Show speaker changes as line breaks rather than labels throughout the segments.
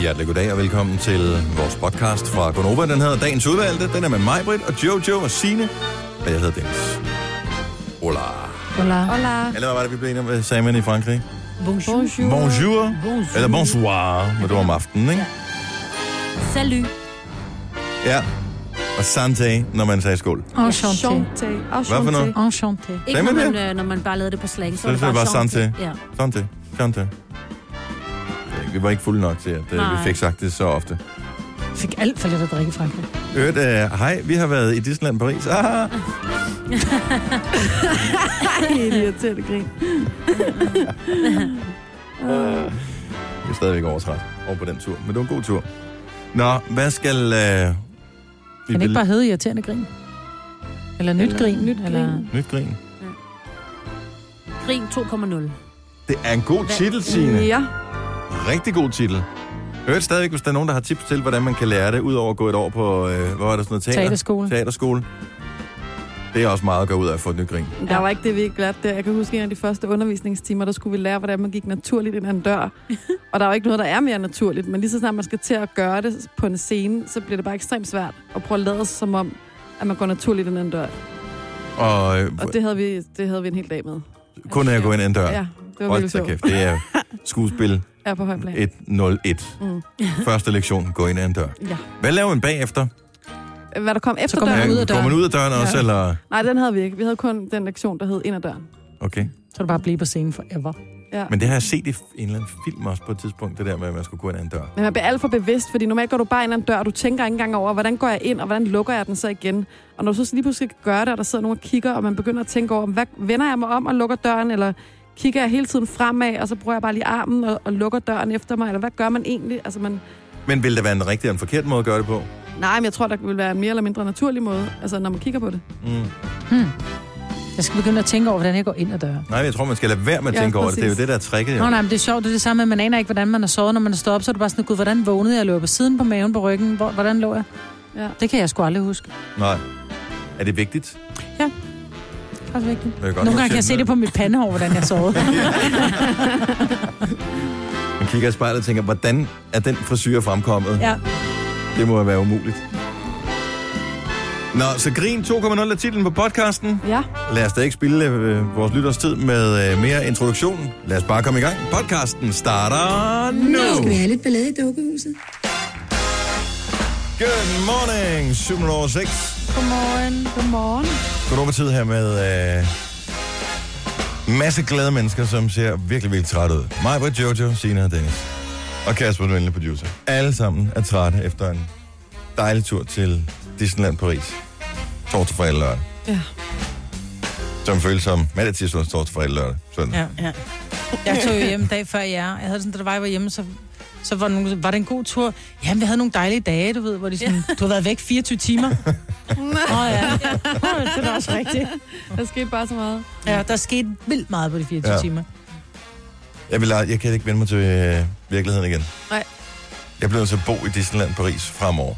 hjertelig goddag og velkommen til vores podcast fra Gonova. Den hedder Dagens Udvalgte. Den er med mig, Britt, og Jojo og Sine og jeg hedder Dennis. Hola.
Hola.
Hola.
Eller hvad var det, vi blev enige om, hvad sagde man i Frankrig?
Bonjour.
Bonjour. Eller bonsoir, når det var om aftenen, ikke?
Salut.
Ja. Og santé, når man sagde skål.
Enchanté.
Hvad for noget?
Enchanté.
Ikke når
Hvad med
man,
det?
øh, når man bare lavede det på slang, så,
Så det var santé.
Ja.
Santé. Santé. Ja, Vi var ikke fulde nok til, at øh, vi
Nej.
fik sagt det så ofte.
Fik alt for lidt at drikke i Frankrig.
Øvrigt, øh, hej, vi har været i Disneyland Paris. Ah,
Helt irriterende grin.
jeg er stadigvæk overtræt over på den tur, men det var en god tur. Nå, hvad skal... Øh, vi
Kan det ikke
bel-
bare hedde irriterende grin? Eller nyt eller, grin? Nyt eller...
grin.
Nyt grin.
Grin 2,0.
Det er en god titel, Signe.
Ja.
Rigtig god titel. Hørt stadigvæk, hvis der er nogen, der har tips til, hvordan man kan lære det, udover at gå et år på, øh, hvad var det sådan noget, teater?
Teaterskole.
Teaterskole. Det er også meget at gå ud af at få et nyt grin.
Der var ikke det, vi ikke lærte der. Jeg kan huske en af de første undervisningstimer, der skulle vi lære, hvordan man gik naturligt ind ad en dør. Og der er jo ikke noget, der er mere naturligt, men lige så snart man skal til at gøre det på en scene, så bliver det bare ekstremt svært at prøve at lade sig som om, at man går naturligt ind ad en dør.
Og, øh,
Og det havde vi, det havde vi en hel dag med.
kun af at gå ind ad en dør.
Ja, det var
Hold
virkelig
da
sjovt.
kæft, det er skuespil
Ja, på høj plan.
101.
Mm.
Første lektion, gå ind ad en dør.
Ja.
Hvad laver man bagefter?
Hvad der kom efter
kom
døren?
jeg ud af
går man
døren.
ud af døren også,
Ja.
eller...
Nej, den havde vi ikke. Vi havde kun den lektion, der hed ind ad døren.
Okay.
Så er du bare blive på scenen forever.
Ja.
Men det har jeg set i f- en eller anden film også på et tidspunkt, det der med, at man skulle gå ind ad en dør.
Men man bliver alt for bevidst, fordi normalt går du bare ind ad en dør, og du tænker ikke engang over, hvordan går jeg ind, og hvordan lukker jeg den så igen. Og når du så lige pludselig kan gøre det, og der sidder nogen og kigger, og man begynder at tænke over, hvad vender jeg mig om og lukker døren, eller kigger jeg hele tiden fremad, og så bruger jeg bare lige armen og, og lukker døren efter mig, eller hvad gør man egentlig? Altså man,
Men vil der være en rigtig og en forkert måde at gøre det på? Mm.
nej, men jeg tror, der vil være en mere eller mindre naturlig måde, altså når man kigger på det.
Mm.
Hmm. Jeg skal begynde at tænke over, hvordan jeg går ind ad døren.
Nej, jeg tror, man skal lade være med at
Ja,
tænke over det. Det er jo
præcis.
det, der er tricket.
Nå,
Jo.
nej, men det er sjovt, det er det samme, at man aner ikke, hvordan man har sovet, når man er stået op, så er det bare sådan, gud, hvordan vågnede jeg, lå jeg på siden på maven, på ryggen, Hvor, hvordan lå jeg?
Ja.
Det kan jeg sgu aldrig huske.
Nej. Er det vigtigt?
Faktisk vigtigt.
Jeg godt
Nogle gange
notere
kan jeg se det på mit pandehår, hvordan jeg sovede.
Man kigger i spejlet og tænker, hvordan er den frisyr fremkommet?
ja.
Det må være umuligt. Nå, så Grin 2.0 er titlen på podcasten.
Ja,
Lad os da ikke spille øh, vores lytters tid med øh, mere introduktion. Lad os bare komme i gang. Podcasten starter nu.
Skal vi have lidt ballade i dukkehuset?
Good morning, 7.06.
Godmorgen.
godmorgen.
Godnova tid her med øh, masse glade mennesker, som ser virkelig, virkelig trætte ud. Mig, Britt, Jojo, Sina og Dennis. Og Kasper, den venlige producer. Alle sammen er trætte efter en dejlig tur til Disneyland Paris. Torsdag, fredag, lørdag.
Ja.
Som føles som mandag, tirsdag, onsdag, torsdag, fredag, lørdag. Sådan. Ja.
Ja. ja. Jeg tog jo hjem dag før jer. Jeg havde det sådan, da der var, jeg var hjemme, så, så var, nogen, var det en god tur. Jamen, vi havde nogle dejlige dage, du ved, hvor de sådan, du har været væk 24 timer. Åh oh, ja. Oh, det var også rigtigt.
Der skete bare så meget.
Ja, der skete vildt meget på de 24
Ja.
ja. timer.
Jeg, vil, ald- jeg kan ikke vende mig til øh, virkeligheden igen.
Nej.
Jeg bliver nødt til at bo i Disneyland Paris fremover.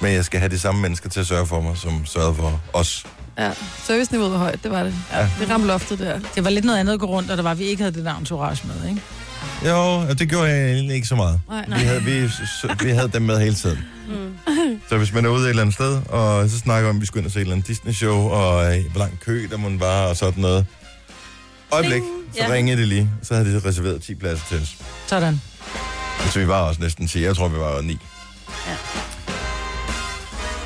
Men jeg skal have de samme mennesker til at sørge for mig, som sørgede for os.
Ja, serviceniveauet var højt, det var det. Ja. Det ramte loftet der.
Det var lidt noget andet at gå rundt, og der var, vi ikke havde det der entourage med, ikke?
Jo, og det gjorde jeg egentlig ikke så meget.
Nej,
Vi havde, vi, s- vi havde dem med hele tiden. Mm. Så hvis man er ude et eller andet sted, og så snakker vi om, at vi skulle ind og se et eller andet Disney-show, og øh, hvor lang kø der måtte var, og sådan noget. Øjeblik, så
Ja.
ringede det lige. Så havde de reserveret 10 pladser til os.
Sådan.
Så vi var også næsten 10. Jeg tror, vi var 9.
Ja.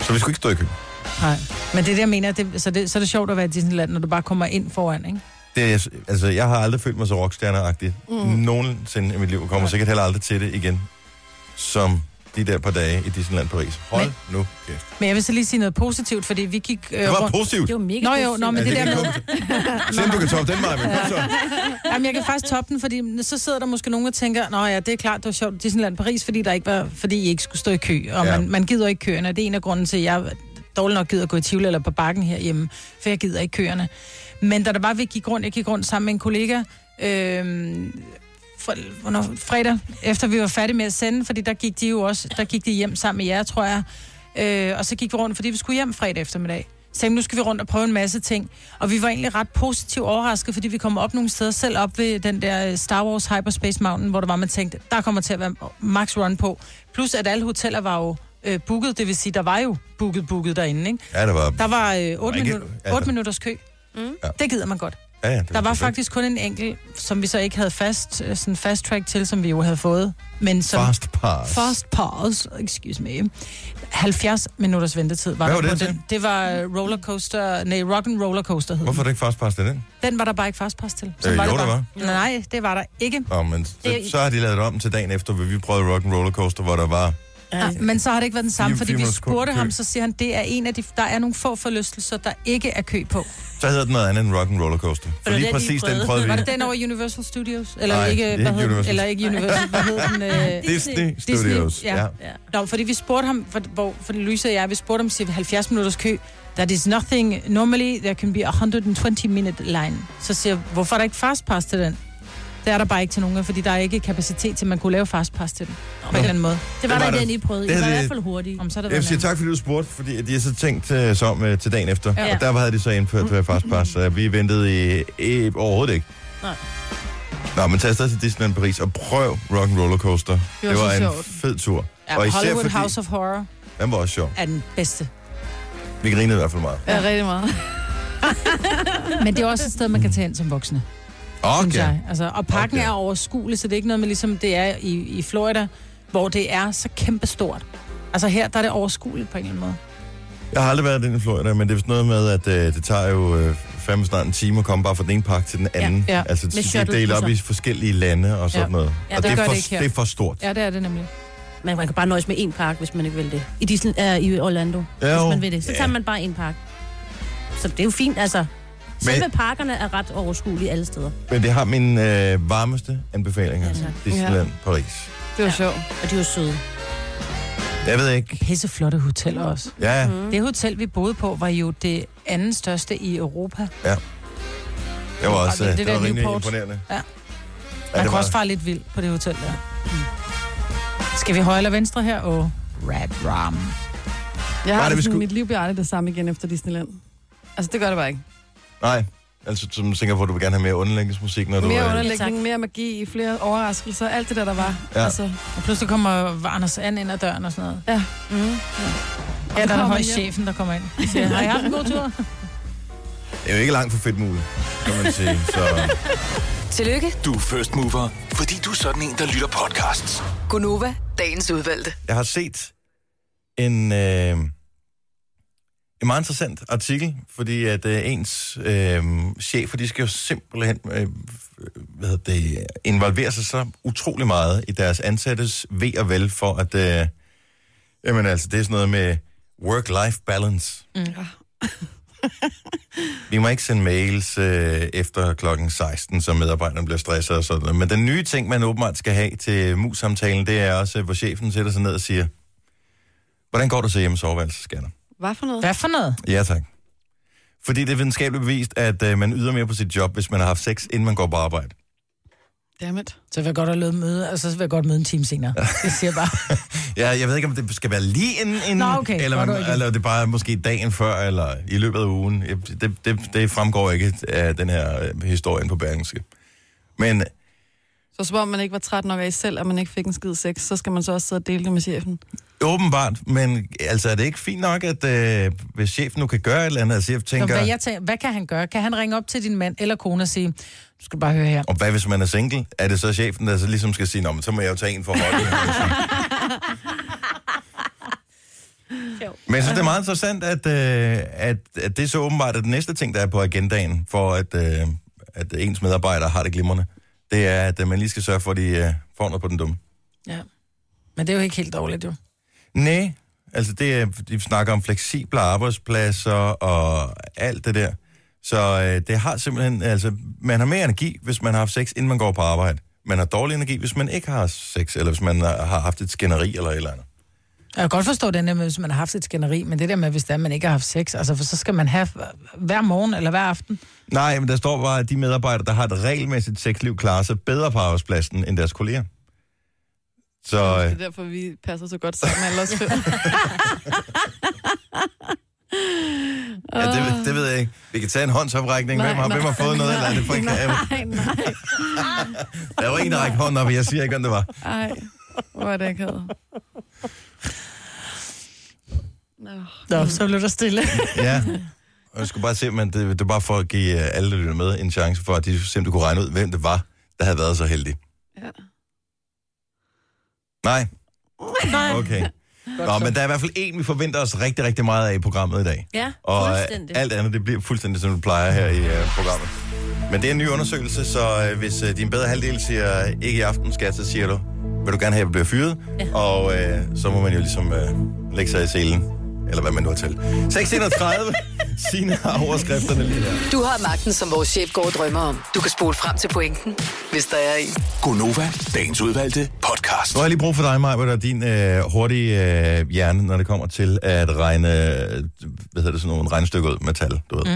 Så vi skulle ikke stå i kø.
Nej. Men det er det, jeg mener, det, så, det, så er det sjovt at være i Disneyland, når du bare kommer ind foran, ikke?
Det er, altså, jeg har aldrig følt mig så rockstjerneagtig mm. nogensinde i mit liv, og kommer
Nej.
sikkert heller aldrig til det igen, som de der par dage i Disneyland Paris. Hold
Men-
nu kæft.
Men jeg vil så lige sige noget positivt, fordi vi gik øh,
Det var
rundt...
positivt.
Det var mega
Nå jo,
positivt.
nå, men
Ja,
det der
kan
med...
komme. Se, om du kan toppe den, Maja. men Kom så.
Jamen, jeg kan faktisk toppe den, fordi så sidder der måske nogen og tænker, nå ja, det er klart, det var sjovt, Disneyland Paris, fordi, der ikke var, fordi I ikke skulle stå i kø, og
Ja.
ja. man, man gider ikke køerne, og det er en af grunden til, at jeg dårligt nok gider gå i Tivoli eller på bakken herhjemme, for jeg gider ikke køerne. Men da der var, vi gik rundt, jeg gik rundt sammen med en kollega, øh, for, hvornår, fredag, efter vi var færdige med at sende, fordi der gik de jo også, der gik de hjem sammen med jer, tror jeg, øh, og så gik vi rundt, fordi vi skulle hjem fredag eftermiddag. sagde, nu skal vi rundt og prøve en masse ting. Og vi var egentlig ret positivt overrasket, fordi vi kom op nogle steder, selv op ved den der øh, Star Wars Hyperspace Mountain, hvor der var, man tænkte, der kommer til at være max run på. Plus at alle hoteller var jo øh, booket, det vil sige, der var jo booket, booket derinde, ikke?
Ja, der var...
Der var øh, 8,
Ikke-
minutter,
altså-
8 minutters kø.
Mm.
Ja.
Det gider man godt.
ja, ja, det
Der var
perfekt.
faktisk kun en enkelt, som vi så ikke havde fast, øh, sådan fast track til, som vi jo havde fået. Men som
Fast pass.
fast pause, excuse me, 70 minutters ventetid var
Hvad var
der på
det til?
den. Det var øh, rollercoaster, nej, rock and rollercoaster hed
Hvorfor
Hvorfor?
er det ikke fast pass til den?
Den var der bare ikke fast pass til.
Øh, jo,
det
der
bare.
Mm.
Nej, det var der ikke.
Nå, men så,
Det-
så har de lavet det om til dagen efter, hvor vi prøvede rock and roller coaster, hvor der var...
Ja. Ah, Men så har det ikke været den samme,
Fire-
fordi
fire
vi
minutters kø-
spurgte
kø.
ham, så siger han, det er en af de, der er nogle få forlystelser, der ikke er kø på.
Så hedder den noget andet end rock and roller coaster. For
det
lige
er det, de
præcis den
prøvede.
prøvede vi.
Var det den over Universal Studios? Eller
Nej, det
ikke,
er
hvad
ikke
hed den?
Universal.
Eller ikke Universal, hvad hed den? Øh,
Disney
Disney,
Studios.
ja.
ja.
Nå, fordi vi spurgte ham, for, hvor, for Louise og jeg, vi spurgte ham, siger vi 70 minutters kø. That is nothing. Normally, there can be a 120 minute line. Så siger jeg, hvorfor er der ikke fastpass til den? Det er der bare ikke til nogen, fordi der er ikke kapacitet til, at man kunne lave fastpass til den. På en eller anden måde.
Det var
var
der
der-
den, I prøvede.
det
I var
havde
i
de-
hvert fald hurtige.
Om så er det
Jeg
været
siger
en anden.
tak, fordi du spurgte, fordi de har så tænkt øh, så om øh, til dagen efter.
Ja.
Ja. Og der havde de så indført øh, fast pass, så vi ventede i, i, overhovedet ikke.
Nej.
Nå, men tag afsted til Disneyland Paris og prøv rock and roller coaster. Det
var
var, det
så
var en
sjovt.
fed tur.
Ja,
og især
Hollywood
fordi-
House of Horror
Den var også sjov.
er den bedste.
Vi grinede i hvert fald meget.
Ja, rigtig meget.
Men det er også et sted, man kan tage hen som voksne. synes
Okay.
jeg. Altså, og pakken
Okay.
okay. er overskuelig, så det er ikke noget med, ligesom det er i, i Florida, hvor det er så kæmpestort. Altså her, der er det overskueligt på en eller anden måde.
Jeg har aldrig været inde i Florida, men det er vist noget med, at øh, det tager jo øh, fandme snart en time at komme bare fra den ene park til den anden.
Ja, ja.
Altså,
Med
de er
shuttlebusser.
delt op i forskellige lande og sådan
Ja.
noget.
Ja,
og
der
det
gør
er, for,
det ikke her.
det er for stort.
Ja, det er det nemlig.
Men man kan bare nøjes med én park, hvis man ikke vil det. I, Disney, uh, i Orlando,
Ja,
hvis
jo.
man vil det. Så
Ja.
tager man bare én park. Så det er jo fint, altså. Selve parkerne er ret overskuelige alle steder.
Men det har mine øh, varmeste anbefalinger.
Ja,
Ja,
tak.
Disneyland Paris.
Det var sjovt.
Og de er jo søde.
Jeg ved ikke.
Pisse flotte hoteller også.
Ja,
Det hotel, vi boede på, var jo det anden største i Europa.
jeg var også øh, det,
Og det- det
det
der
var rimelig
Newport.
imponerende.
Ja.
ja
Man
det
kunne
var,
også fare lidt vildt på det hotel der. Mm. Skal vi højre eller venstre her? Og Rad Ram.
Jeg
Var
har
det, vi
det, sådan,
skulle-
mit liv bliver aldrig det samme igen efter Disneyland. Altså, det gør det bare ikke.
Nej, altså som tænker på, at du vil gerne have mere underlægningsmusik, når du øh,
Mere
er-
underlægning,
Ja, tak.
mere magi, flere overraskelser, alt det der, der var.
Ja.
Altså,
Og pludselig kommer Anders And ind ad døren og sådan noget.
ja.
Mm.
Ja, der er
kommer
højst
hjem.
chefen, der kommer ind. og Siger, har jeg haft en god tur?
Det er jo ikke langt fra fedt muligt, kan man sige. Så øh.
Tillykke,
Du er first mover, fordi du er sådan en, der lytter podcasts.
Gunova, dagens udvalgte.
jeg har set en, øh, en meget interessant artikel, fordi at øh, ens øh, chefer, de skal jo simpelthen øh, hvad hedder det, involvere sig så utrolig meget i deres ansattes ved og vel, for at, øh, jamen altså, det er sådan noget med work-life balance. Mm. Vi må ikke sende mails øh, efter klokken 16, så medarbejderne bliver stresset og sådan noget. Men den nye ting, man åbenbart skal have til mus-samtalen, det er også, øh, hvor chefen sætter sig ned og siger, hvordan går det så hjemme soveværelsesskatter?
Hvad for noget?
Hvad for noget?
Ja, tak. Fordi det er videnskabeligt bevist, at øh, man yder mere på sit job, hvis man har haft sex, inden man går på arbejde.
Dammit.
Så vil jeg godt have lavet møde, og så vil jeg godt møde en time senere. Det siger jeg bare.
Ja, jeg ved ikke, om det skal være lige inden, inden
Nå, okay.
eller,
Godt,
man,
okay.
eller det er bare måske dagen før, eller i løbet af ugen. Jeg- Det, det, det fremgår ikke af den her øh, historie inde på Bergenske. Men
Så som om man ikke var træt nok af sig selv, og man ikke fik en skid sex, så skal man så også sidde og dele det med chefen.
åbenbart, men altså er det ikke fint nok, at øh, hvis chefen nu kan gøre et eller andet, altså jeg
Nå,
tænker,
hvad, jeg tænker, hvad kan han gøre? Kan han ringe op til din mand eller kone og sige, du skal bare høre her.
og hvad hvis man er single? Er det så chefen, der så ligesom skal sige, Nå, men så må jeg jo tage en for holdet. Men jeg synes, det er meget interessant, at, øh, at, at det så åbenbart er den næste ting, der er på agendaen, for at, øh, at ens medarbejdere har det glimrende. Det er, at øh, man lige skal sørge for, at de øh, får noget på den dumme.
Ja. Men det er jo ikke helt dårligt, jo.
Nej, altså det er, de snakker om fleksible arbejdspladser og alt det der. Så øh, det har simpelthen, altså man har mere energi, hvis man har haft sex, inden man går på arbejde. Man har dårlig energi, hvis man ikke har sex, eller hvis man har har haft et skænderi eller et eller andet.
Jeg kan godt forstå den der med, hvis man har haft et skænderi, men det der med, hvis det er, man ikke har haft sex, altså for så skal man have hver morgen eller hver aften.
Nej, men der står bare, at de medarbejdere, der har et regelmæssigt sexliv, klarer sig bedre på arbejdspladsen end deres kolleger. Så
Det
øh,
er derfor, vi passer så godt sammen med alle os fem.
Ja, det, det ved jeg ikke. Vi kan tage en håndsoprækning. Hvem har, hvem har fået noget? Eller er det for ikke?
Nej, nej,
Der var en, der rækte hånden op, og jeg siger ikke, hvem det var.
nej. Hvor er det akavet. Nå.
Nå, så blev der stille.
Ja. Og jeg skulle bare se, men det, det var bare for at give øh, alle, der lytter med, en chance for, at de simpelthen kunne regne ud, hvem det var, der havde været så heldig.
Ja.
Nej?
Nej.
Okay. Nå, men der er i hvert fald en, vi forventer os rigtig, rigtig meget af i programmet i dag.
Ja,
Og øh,
fuldstændig.
alt andet, det bliver fuldstændig, som det plejer her i øh, programmet. Men det er en ny undersøgelse, så øh, hvis øh, din bedre halvdel siger, øh, ikke i aften, skat, så siger du, vil du gerne have, at jeg bliver fyret? Ja. Og øh, så må man jo ligesom øh, lægge sig i selen, eller hvad man nu har til. 631, Signe har overskrifterne lige her.
Du har magten, som vores chef går og drømmer om. Du kan spole frem til pointen, hvis der er en.
Gonova, dagens udvalgte podcast.
Nu har jeg lige brug for dig, Maja, og din øh, hurtige øh, hjerne, når det kommer til at regne, øh, hvad hedder det, sådan nogle regnestykker ud med tal, du ved. Mm.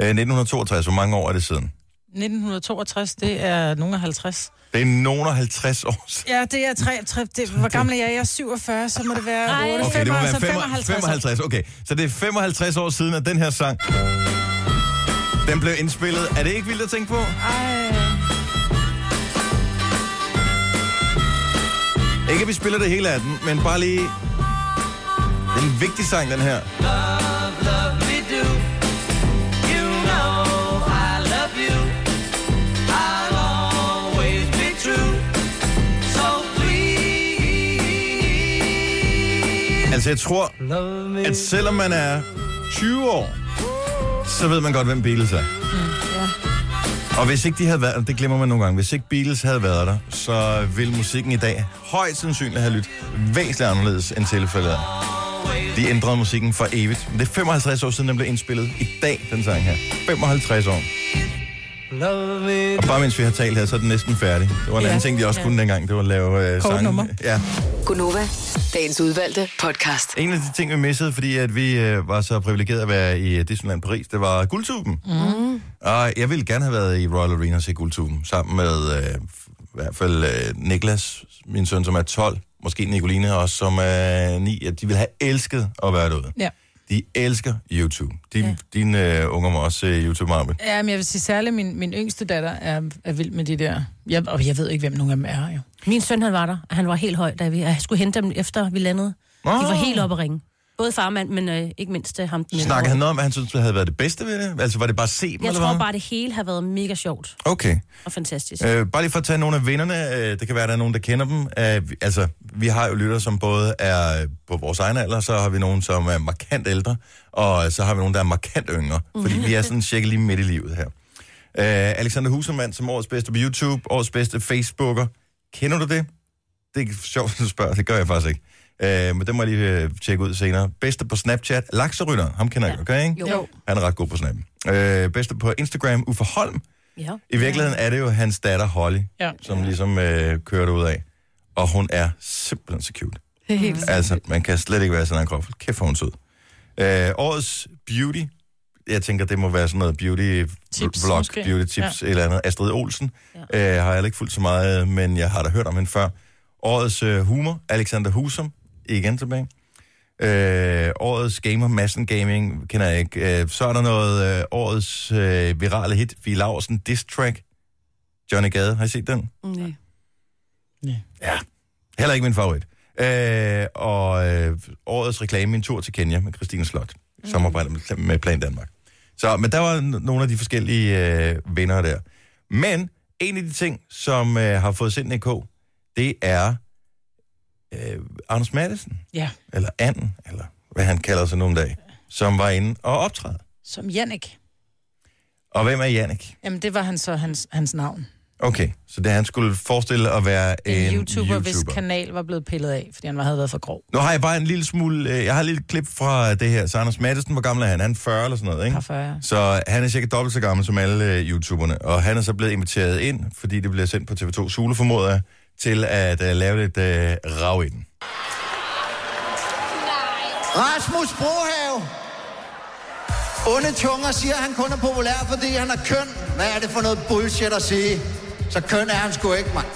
Øh, 1962, hvor mange år er det siden?
1962, det er nogen af 50.
Det er nogen og 50 år siden.
Ja, det er 3, 3 det, hvor gammel er jeg? Jeg er 47, så må det være 8,
Okay, det må være 55,
55.
55. Okay, så det er 55 år siden, at den her sang, den blev indspillet. Er det ikke vildt at tænke på? Ikke, at vi spiller det hele af den, men bare lige... Det er en vigtig sang, den her. Altså, jeg tror, at selvom man er 20 år, så ved man godt, hvem Beatles er.
Mm,
Og hvis ikke de havde været, det glemmer man nogle gange, hvis ikke Beatles havde været der, så ville musikken i dag højst sandsynligt have lyttet væsentligt anderledes end tilfældet er. De ændrede musikken for evigt. Men Det er 55 år siden, den blev indspillet. I dag, den sang her. 55 år. Og bare mens vi har talt her, så er den næsten færdig. Det var en
Ja.
anden ting, de også kunne dengang, det var at lave øh,
Kort
sangen.
nummer.
Ja.
Gunova, dagens udvalgte podcast.
En af de ting, vi missede, fordi at vi øh, var så privilegerede at være i øh, Disneyland Paris, det var guldtuben. Mm. Og jeg ville gerne have været i Royal Arena og se guldtuben, sammen med øh, f- i hvert fald øh, Niklas, min søn, som er 12, måske Nicoline også, som er 9. at De ville have elsket at være derude.
Ja.
De elsker YouTube. De, ja. Dine øh, unger må også se YouTube, Marvind.
Ja, men jeg vil sige særligt, min, min yngste datter er, er vild med de der. Jeg, og jeg ved ikke, hvem nogen af dem er, jo.
Min søn, han var der, og han var helt høj, da vi jeg skulle hente dem efter, vi landede. Oh. De var helt oppe at ringe. Både farmand, men øh, ikke mindst øh, ham den ældre.
Snakkede han noget om, hvad han synes, der havde været det bedste ved det? Altså, var det bare set
Jeg
eller
tror
hvad?
bare, det hele har været mega sjovt
Okay.
og fantastisk.
Øh, bare lige for at tage nogle af vinderne. Øh, det kan være, at der er nogen, der kender dem. Øh, vi- altså, vi har jo lyttere, som både er øh, på vores egen alder, så har vi nogen, som er markant ældre, og øh, så har vi nogen, der er markant yngre. Fordi vi er sådan cirka lige midt i livet her. Øh, Alexander Husermann som årets bedste på YouTube, årets bedste Facebooker. Kender du det? Det er sjovt, at du spørger. Det gør jeg faktisk ikke. Øh, men det må jeg lige øh, tjekke ud senere. Bedste på Snapchat, Lakserytter. Ham kender jeg, okay? Ikke?
Jo.
Han er ret god på Snap. Øh, bedste på Instagram, Uffe Holm.
Ja.
I virkeligheden er det jo hans datter Holly,
Ja.
som ligesom øh, kører det ud af. Og hun er simpelthen så cute.
Det er helt
Altså, man kan slet ikke være sådan en krop. Kæft, hvor er hun sød. Øh, årets beauty, jeg tænker, det må være sådan noget beauty
Tips,
vlog,
måske.
beauty tips, ja. eller andet. Astrid Olsen ja. øh, har jeg heller ikke fulgt så meget, men jeg har da hørt om hende før. Årets øh, humor, Alexander Husum, igen tilbage. Øh, årets gamer, Massen Gaming, kender jeg ikke. Øh, så er der noget øh, årets øh, virale hit, Fie Laursen, Diss Track, Johnny Gade. Har I set den?
Nej.
Heller ikke min favorit. Øh, og øh, årets reklame, min tur til Kenya med Christine Slot, mm. samarbejder med, med Plan Danmark. Så, men der var n- nogle af de forskellige øh, vinder der. Men en af de ting, som øh, har fået sendt K, det er øh, Anders Madsen,
Ja,
eller Anden, eller hvad han kalder sig nu om dagen, som var inde og optræde.
som Jannik.
Og hvem er Jannik?
Jamen, det var han så hans, hans navn.
Okay, så det han skulle forestille at være
En,
en,
YouTuber, YouTuber, hvis kanal var blevet pillet af, fordi han havde været for grov.
Nu har jeg bare en lille smule... Øh, jeg har et lille klip fra det her. Så Anders Madsen, hvor gammel er han? Han er 40 eller sådan noget, ikke?
Par 40.
Så han er cirka dobbelt så gammel som alle øh, YouTuberne. Og han er så blevet inviteret ind, fordi det bliver sendt på TV2 Sule, formoder jeg, til at øh, lave lidt øh, rav i den.
Rasmus Brohave. Onde tunger siger, at han kun er populær, fordi han er køn. Hvad er det for noget bullshit at sige? Så køn er han sgu ikke, mand.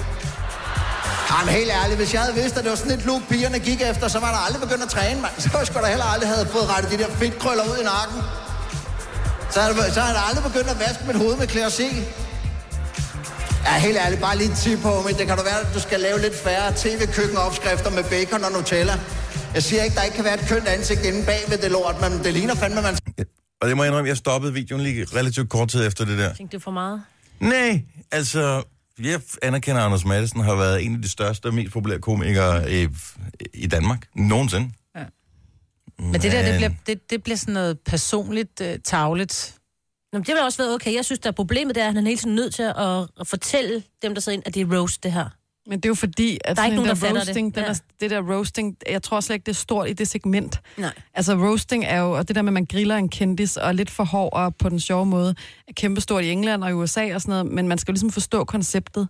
Jamen helt ærligt, hvis jeg havde vidst, at det var sådan et look, pigerne gik efter, så var der aldrig begyndt at træne, mand. Så skulle der heller aldrig have fået rettet de der fedtkrøller ud i nakken. Så havde, så havde jeg aldrig begyndt at vaske mit hoved med Claire C. Ja, helt ærligt, bare lige et tip på, men det kan du være, at du skal lave lidt færre tv-køkkenopskrifter med bacon og Nutella. Jeg siger ikke, der ikke kan være et kønt ansigt inde bag ved det lort, men det ligner fandme, man...
Og det må jeg indrømme, jeg stoppede videoen lige relativt kort tid efter det der.
Tænkte det er for meget?
Nej, altså, jeg anerkender, at Anders Madsen har været en af de største og mest populære komikere i, i Danmark nogensinde.
Men det der, det
Men-
bliver, det, det bliver sådan noget personligt øh, tavligt.
Nå, men det vil også være okay. Jeg synes, der er problemet, det er, at han er hele tiden nødt til at at fortælle dem, der sidder ind, at det er roast, det her.
Men det er jo fordi, at
Der
sådan
er ikke nogen,
en
der fatter det.
roasting, det. Den
Ja.
er, det der roasting, jeg tror slet ikke, det er stort i det segment.
Nej.
Altså roasting er jo, og det der med, at man griller en kendis og er lidt for hård og på den sjove måde, er kæmpestort i England og i USA og sådan noget, men man skal jo ligesom forstå konceptet.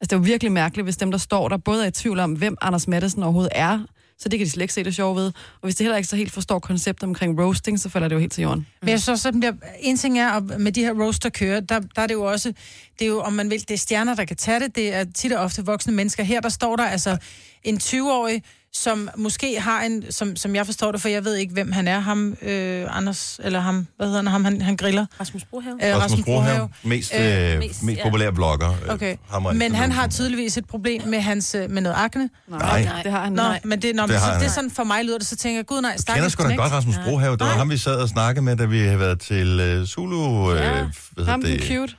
Altså det er jo virkelig mærkeligt, hvis dem, der står der, både er i tvivl om, hvem Anders Madsen overhovedet er, så det kan de slet ikke se det sjove ved. Og hvis de heller ikke så helt forstår konceptet omkring roasting, så falder det jo helt til jorden.
Men jeg synes, at der, en ting er, at med de her roaster kører, der, der er det jo også, det er jo, om man vil, det er stjerner, der kan tage det, det er tit og ofte voksne mennesker. Her der står der altså en 20-årig, som måske har en, som, som jeg forstår det, for jeg ved ikke, hvem han er, ham, øh, Anders, eller ham, hvad hedder han, ham, han, han griller.
Rasmus Brohave.
Øh,
Rasmus Brohave, mest, øh, mest,
mest-
mest
ja.
populære blogger. øh,
Okay,
ham og-
men han har tydeligvis et problem med, hans, øh, med noget akne.
Nej,
Nej. Det har han,
Nå,
nej.
men det, nå,
Det
det,
har
så,
han.
det er sådan, for mig lyder det, så tænker jeg, gud nej,
kender
stakkels
sgu da godt Rasmus Brohave. Det var
Nej.
ham, vi sad og snakkede med, da vi havde været til øh, Zulu. Øh,
Ja.
hvad hedder
Ham den
det?
cute.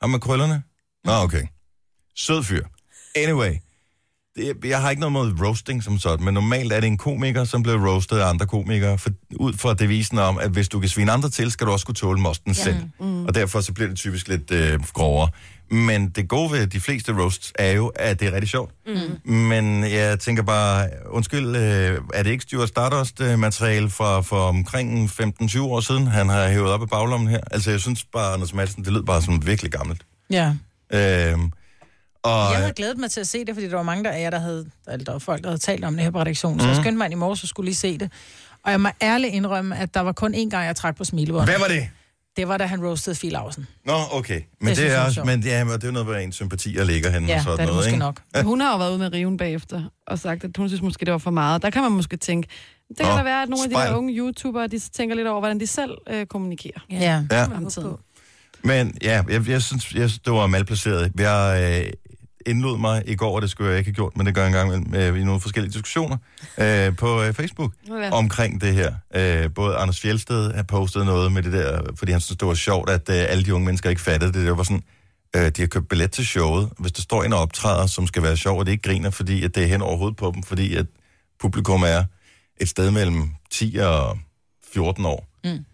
Ham med krøllerne? Nå, okay. Sød fyr. Anyway. Det, jeg har ikke noget mod roasting som sådan, men normalt er det en komiker, som bliver roastet af andre komikere, for, ud fra devisen om, at hvis du kan svine andre til, skal du også kunne tåle mosten ja. selv. Mm. Og derfor så bliver det typisk lidt øh, grovere. Men det gode ved de fleste roasts er jo, at det er rigtig sjovt. Mm. Men jeg tænker bare, undskyld, øh, er det ikke Stuart Stardust-materiale fra for omkring 15-20 år siden, han har hævet op af baglommen her? Altså, jeg synes bare, Anders Madsen, det lød bare som virkelig gammelt.
Ja.
Øhm, og, øh,
Jeg havde glædet mig til at se det, fordi der var mange der, af jer, der havde, eller der var folk, der havde talt om det her på redaktionen, så jeg
Mhm.
skyndte mig ind i morges og skulle lige se det. Og jeg må ærligt indrømme, at der var kun én gang, jeg trak på smilebåndet.
hvad var Mm, det?
Det var, da han roastede Filausen.
Nå, okay. Men
Det
det,
synes
det
jeg
er
er
også,
sjovt.
men ja, men det er jo noget, hvor en sympati der ligger henne
Ja,
og
det er
sådan
det
noget,
måske
ikke?
nok.
Hun har jo været ude med riven bagefter og sagt, at hun synes måske, det var for meget. Der kan man måske tænke, det kan
Nå,
da være, at nogle af de
spejl.
her unge YouTubere, de tænker lidt over, hvordan de selv øh, kommunikerer.
Ja.
Ja,
om tiden.
men ja, jeg, jeg synes, jeg, det var malplaceret. Jeg øh, indlod mig i går, og det skulle jeg ikke have gjort, men det gør jeg engang imellem, øh, i nogle forskellige diskussioner øh, på øh, Facebook
Ja.
omkring det her. Øh, både Anders Fjelsted har postet noget med det der, fordi han synes, det var sjovt, at øh, alle de unge mennesker ikke fattede det. Det var sådan, øh, de har købt billet til showet. Hvis der står en og optræder, som skal være sjov, og det ikke griner, fordi at det er hen over hovedet på dem, fordi at publikum er et sted mellem 10 og 14 år, mm.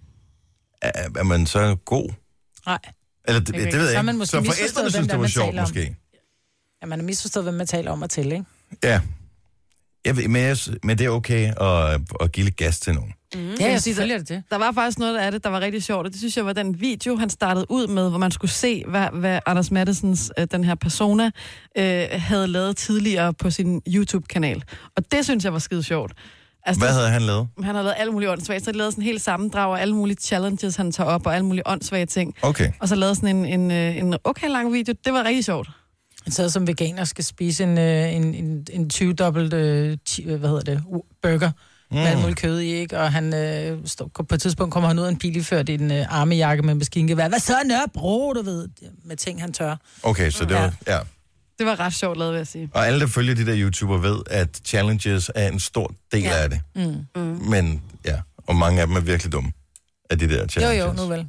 er, er man så god?
Nej.
Eller det,
Jeg kan
det
ikke-
ved
så har
jeg
man
ikke.
måske
Så
misforstået,
forældrene
hvem
synes,
det er,
det var
man
sjovt
taler om.
måske.
Ja, man har misforstået, hvem man taler om at tælle, ikke?
Ja. Jeg ved, men, jeg, men det er okay at, at give lidt gas til nogen.
Mm. Ja, jeg selvfølgelig er det det.
Der var faktisk noget af det, der var rigtig sjovt, og det synes jeg var den video, han startede ud med, hvor man skulle se, hvad, hvad Anders Mattesens, øh, den her persona, øh, havde lavet tidligere på sin YouTube-kanal. Og det synes jeg var skide sjovt. Altså,
Hvad
det-
havde han lavet?
han har lavet alle mulige åndssvage, så har de lavet sådan en hel sammendrag og alle mulige challenges, han tager op, og alle mulige åndssvage ting.
Okay.
Og så lavede sådan en, en, øh, en okay lang video. Det var rigtig sjovt.
Han sidder som veganer og skal spise en, øh, en, en, en 20-dobbelt, øh, ti- øh, hvad hedder det, u- burger mm. med alt muligt kød i, ikke? Og han, øh, står, på et tidspunkt kommer han ud af en bil iført i en øh, armejakke med maskingevær. Hvad så Nørrebro, du ved, med ting, han tør.
Okay, så det var... Ja.
Det var ret sjovt lavet, vil jeg sige.
Og alle, der følger de der YouTuber, ved, at challenges er en stor del ja. af det. Mm. Mm. Men ja, og mange af dem er virkelig dumme af de der
Jo,
challenges.
jo, nu vel.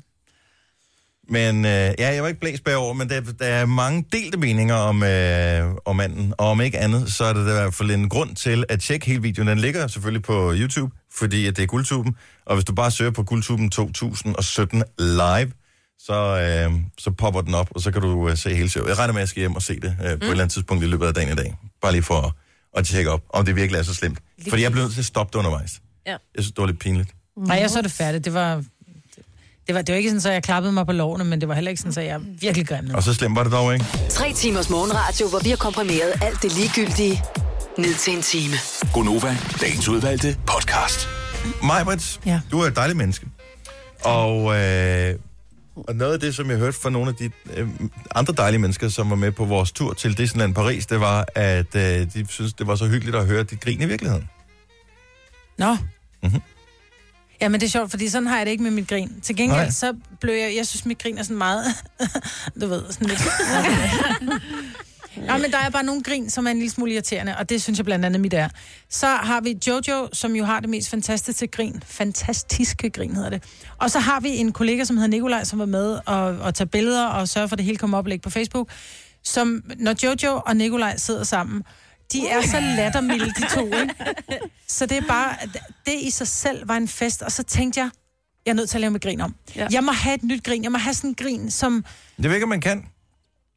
Men øh, ja, jeg var ikke blæst bagover, men der, der er mange delte meninger om, øh, om manden. Og om ikke andet, så er der, der i hvert fald en grund til at tjekke hele videoen. Den ligger selvfølgelig på YouTube, fordi at det er guldtuben. Og hvis du bare søger på guldtuben 2017 live, så, øh, så popper den op, og så kan du øh, se hele showet. Jeg regner med, at jeg skal hjem og se det øh, på et eller andet tidspunkt i løbet af dagen i dag. Bare lige for at, at tjekke op, om det virkelig er så slemt. Fordi jeg blev nødt til at stoppe det undervejs.
Ja.
Jeg synes, det var lidt pinligt.
Nej, jeg så det færdigt. Det var, det var, det var ikke sådan, at jeg klappede mig på lovene, men det var heller ikke sådan, at jeg virkelig grim.
Og så slemt var det dog, ikke?
Tre timers morgenradio, hvor vi har komprimeret alt det ligegyldige ned til en time.
Gonova, dagens udvalgte podcast.
Majbrit, ja.
Ja.
du er et dejligt menneske. Og øh, Og noget af det, som jeg hørte fra nogle af de øh, andre dejlige mennesker, som var med på vores tur til Disneyland Paris, det var, at øh, de synes det var så hyggeligt at høre dit grin i virkeligheden.
Nå.
Mhm.
Mm-hmm. Jamen, det er sjovt, fordi sådan har jeg det ikke med mit grin. Til gengæld,
Nej.
Nej. så blev jeg... Jeg synes, mit grin er sådan meget... du ved, sådan lidt... Ja, men der er bare nogle grin, som er en lille smule irriterende, og det synes jeg blandt andet mit er. Så har vi Jojo, som jo har det mest fantastiske grin. Fantastiske grin hedder det. Og så har vi en kollega, som hedder Nikolaj, som var med og, og tage billeder og sørge for, at det hele kommer op og ligge på Facebook. Som, når Jojo og Nikolaj sidder sammen, de er så lattermilde, de to, ikke? Så det er bare, det i sig selv var en fest, og så tænkte jeg, jeg er nødt til at lave med grin om.
Ja.
Ja. Jeg må have et nyt grin. Jeg må have sådan en grin, som...
Jeg ved ikke, om man kan.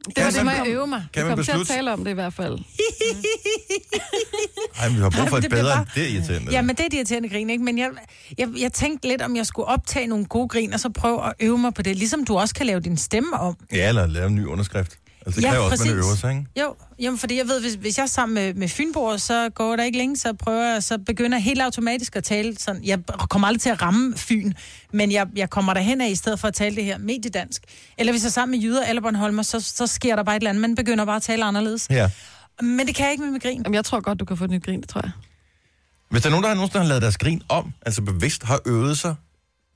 Det
kan
var det,
man,
må jeg øve mig.
kan
vi
man
kom til at
beslutte?
tale om det i hvert fald.
Ej, men vi har brug for
Ej, men
et
det bliver
bedre.
bare-
Det er irriterende.
Ja, men det er de irriterende grin, ikke? Men jeg, jeg, jeg tænkte lidt, om jeg skulle optage nogle gode grin, og så prøve at øve mig på det. Ligesom du også kan lave din stemme om.
Ja, eller lave en ny underskrift. Altså, det
Ja,
kræver også, at man
præcis.
øver sig, ikke?
Jo, jamen fordi jeg ved, hvis, hvis jeg er sammen med, med Fynborg, så går der ikke længe, så prøver jeg, så begynder jeg helt automatisk at tale sådan. Jeg kommer aldrig til at ramme Fyn, men jeg, jeg kommer derhen af i stedet for at tale det her mediedansk. Eller hvis jeg er sammen med jyder eller Bornholmer, så, så sker der bare et eller andet. Man begynder bare at tale anderledes.
Ja.
Men det kan jeg ikke med min grin.
Jamen, jeg tror godt, du kan få et nyt grin, det tror jeg.
Hvis der er nogen, der har nogensinde har lavet deres grin om, altså bevidst har øvet sig,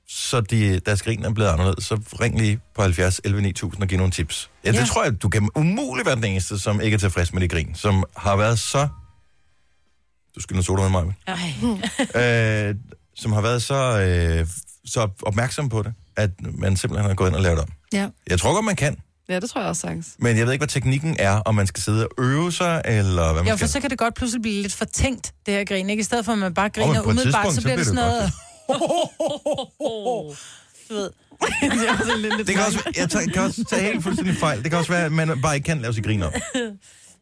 så de, deres grin er blevet anderledes, så ring lige på 70 11 9000 og giv nogle tips. Ja, det
Ja.
tror jeg, du kan umuligt være den eneste, som ikke er tilfreds med det grin, som har været så... Du skylder en sodavand, Maja.
Ej.
øh, som har været så, øh, så opmærksom på det, at man simpelthen har gået ind og lavet det om.
Ja.
Jeg tror godt, man kan,
Ja, det tror jeg også sagtens.
men jeg ved ikke, hvad teknikken er, om man skal sidde og øve sig, eller hvad man
Ja, for
skal.
så kan det godt pludselig blive lidt fortænkt, det her grin. Ikke? I stedet for, at man bare
Åh,
griner
men
oh,
på et
umiddelbart,
tidspunkt,
så bliver det,
så
sådan
bliver det
noget... du ved.
Det kan også, jeg tager, kan også tage helt fuldstændig fejl. Det kan også være, at man bare ikke kan lave sig grin om.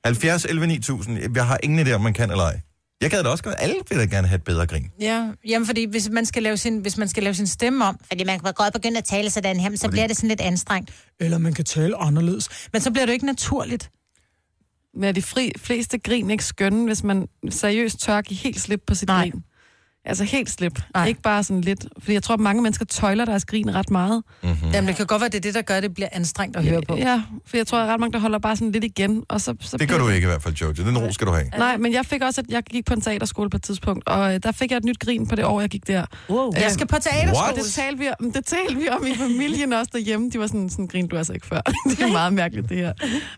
70, 11, 9000. Jeg har ingen idé, om man kan eller ej. Jeg gad da også godt. Alle vil da gerne have et bedre grin.
Ja, jamen fordi hvis man skal lave sin, hvis man skal lave sin stemme om, fordi man kan godt begynde at tale sådan her, men så bliver det sådan lidt anstrengt. Eller man kan tale anderledes. Men så bliver det jo ikke naturligt.
Men er de fri, fleste grin ikke skønne, hvis man seriøst tør give helt slip på sit
Nej.
grin? Altså helt slip. Nej.
Nej.
Ikke bare sådan lidt. Fordi jeg tror, mange mennesker tøjler deres grin ret meget.
Mhm.
Mm. Jamen det kan godt være, det er det, der gør, at det bliver anstrengt at høre på.
Ja, for jeg tror, at ret mange, der holder bare sådan lidt igen. Og så, så
Det gør du ikke i hvert fald, Jojo. Den ro skal du have.
Nej, men jeg fik også, at jeg gik på en teaterskole på et tidspunkt, og øh, der fik jeg et nyt grin på det år, jeg gik der. Øh,
Wow.
Jeg skal på teaterskole.
What?
Det talte, vi om, det talte vi om i familien også derhjemme. De var sådan, sådan grin du altså ikke før. det er meget mærkeligt, det her.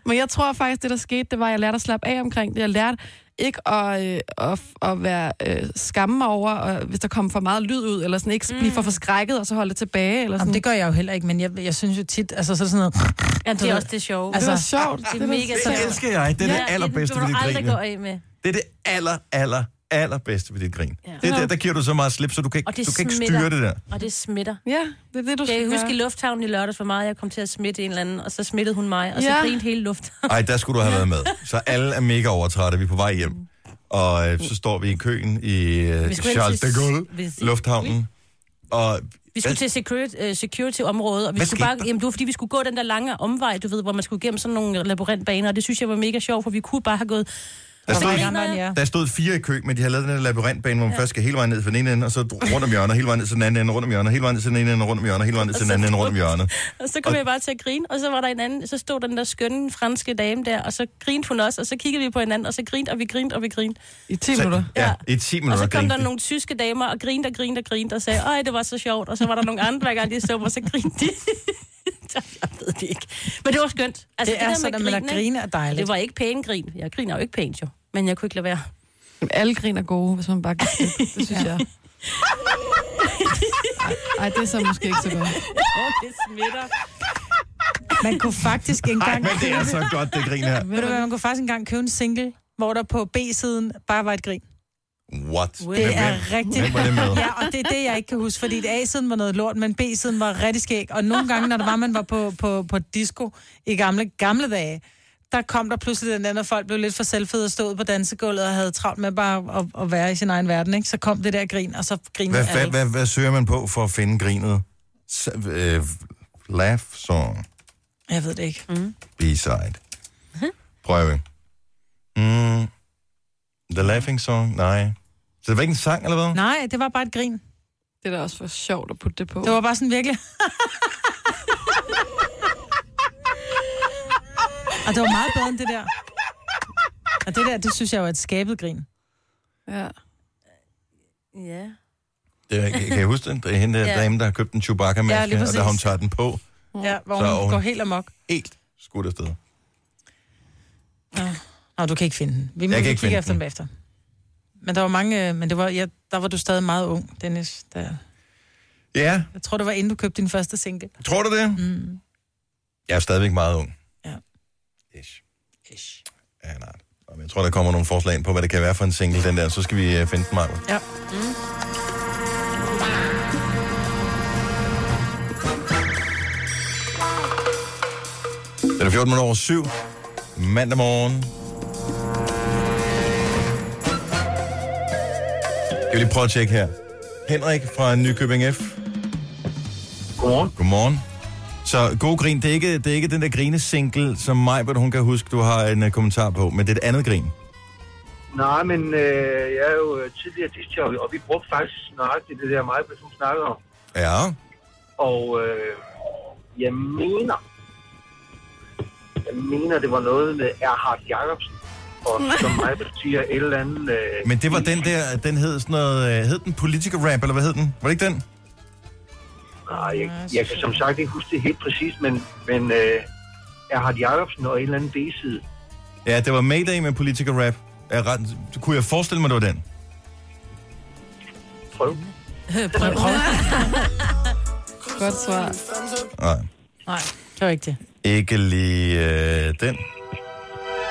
Men jeg tror faktisk, det der skete, det var, at jeg lærte at slappe af omkring det. Jeg lærte ikke at, øh, at, at være øh, skamme over, og hvis der kom for meget lyd ud, eller sådan ikke mm. blive for forskrækket, og så holde det tilbage. Eller sådan.
Jamen, det gør jeg jo heller ikke, men jeg, jeg synes jo tit, altså så er det sådan noget...
Ja, det er også det sjove.
det
Altså,
var sjovt.
det er mega
det,
Det
sjovt.
elsker jeg. Det er det allerbedste ved
ved
dit
Det
grin.
aldrig gå af med.
Det er det aller, aller, allerbedste ved dit grin.
Ja.
Det er der, der giver du så meget slip, så du kan ikke,
Og det
du kan ikke
smitter.
styre det der.
Og det smitter.
Ja, det er det, du
Jeg
skal
kan huske i
gøre.
lufthavnen i lørdags, hvor meget jeg kom til at smitte en eller anden, og så smittede hun mig, og så
Ja.
ja. grinte hele lufthavnen.
Ej, der skulle du have været med. Så alle er mega overtrætte. Vi er på vej hjem. Og øh, så står vi i køen i øh,
Vi skulle
Charles de
ind til-
Gaulle,
vi-
lufthavnen. Og
Vi skulle til security, uh, security-området, og vi
Hvad
skulle
skete
bare,
der?
jamen, det var fordi, vi skulle gå den der lange omvej, du ved, hvor man skulle gennem sådan nogle labyrintbaner, og det synes jeg var mega sjovt, for vi kunne bare have gået...
der
Og så
stod,
Hvor
griner
gammel
jeg.
jeg er.
Der stod fire i kø, men de havde lavet den her labyrintbane, hvor man ja. først skal hele vejen ned fra den ene ende, og så rundt om hjørnet, hele vejen ned til den anden ende, rundt om hjørnet, hele vejen ned til den ene ende, rundt om hjørnet, hele vejen ned til den anden ende, rundt om hjørnet.
Og så kom jeg bare til at grine, og så var der en anden, så stod den der skønne franske dame der, og så grinte hun også, og så kiggede vi på hinanden, og så grinte, og vi grinte, og vi grinte.
I 10 minutter.
ja, i 10
Og
minutter.
så kom der
grinte de.
nogle tyske damer og grinte og grinte og grinte og sagde, ej, det var så sjovt. Og så var der nogle andre, hver gang de så mig, så grinte de. jeg ved det ikke. Men det var skønt. Altså,
Det er sådan, men at
grine,
grine er
ikke?
dejligt.
Det var ikke pæne grin. Jeg griner jo ikke pænt, jo. Men jeg kunne ikke lade være.
Jamen, Alle grin er gode, hvis man bare kan slip. Det synes jeg. Nej, det er så måske ikke så godt.
Det smitter.
Man kunne faktisk
Ej,
engang...
men det er så godt, det grin her.
Ved du hvad, man kunne faktisk engang købe en single, hvor der på B-siden bare var et grin.
What?
Det
Hvem-
er
hvem-
rigtigt.
Hvem var det med?
Ja, og det er det, jeg ikke kan huske, fordi det A-siden var noget lort, men B-siden var rigtig skæg. Og nogle gange, når der var, man var på, på, på disco i gamle, gamle dage, der kom der pludselig den anden, og folk blev lidt for selvfede og stod på dansegulvet og havde travlt med bare at, at være i sin egen verden, ikke? Så kom det der grin, og så grinede
Hvad, hvad,
alle.
hvad, hvad søger man på for at finde grinet? S- øh, laugh song.
Jeg ved det ikke.
B-side. Prøve. Mm, the laughing song? Nej. Så det var ikke en sang, eller hvad?
Nej, det var bare et grin.
Det er da også for sjovt at putte det på.
Det var bare sådan virkelig... Og det var meget bedre end det der. Og det der, det synes jeg var et skabet grin.
Ja.
Ja.
Det, er- kan I huske den? Det er hende der,
Ja.
ja. dame, der har købt en
Ja,
Chewbacca-maske, ja,
lige
og da
præcis.
hun tager den på,
Ja, hvor
Så er
hun,
hun-
går helt amok.
helt skudt afsted.
Nå, du kan ikke finde den. Vi må
Jeg kan
vi
ikke
kigge
finde
efter
den.
den bagefter. Men der var mange, øh, men det var, ja, der var du stadig meget ung, Dennis. Der,
Ja,
jeg tror, det var inden du købte din første single.
tror du det? Mm. Jeg er stadigvæk meget ung.
Ja.
Ish.
Ish.
Ja, nej. Nå, men Jeg tror, der kommer nogle forslag ind på, hvad det kan være for en single, den der. Så skal vi øh, finde den, Mm. Maja.
Ja.
Den er 14 minutter over syv. Mandag morgen. Jeg vil lige prøve at tjekke her. Henrik fra Nykøbing F.
Godmorgen.
Godmorgen. Så god grin, det er ikke, det er ikke den der grinesingle, som mig, hvor hun kan huske, du har en uh, kommentar på, men det er et andet grin.
Nej, men øh, jeg er jo øh, tidligere disjockey, og vi brugte faktisk nøjagtigt det der meget, hvis hun snakker om.
Ja.
Og øh, jeg mener, jeg mener, det var noget med Erhard Jacobsen, og som mig siger et eller andet... Øh,
Men det var den der, den hed sådan noget, øh, hed den politiker rap, eller hvad hed den? Var det ikke den?
nej, jeg, jeg kan som sagt ikke huske det helt præcist, men, men øh, Erhard Jacobsen og en eller anden B-side.
Ja, det var Mayday med politiker rap. Jeg er ret, kunne jeg forestille mig, det var den?
Prøv.
Prøv, prøv.
Godt svar.
Nej,
Nej, det var ikke det.
ikke lige øh, den.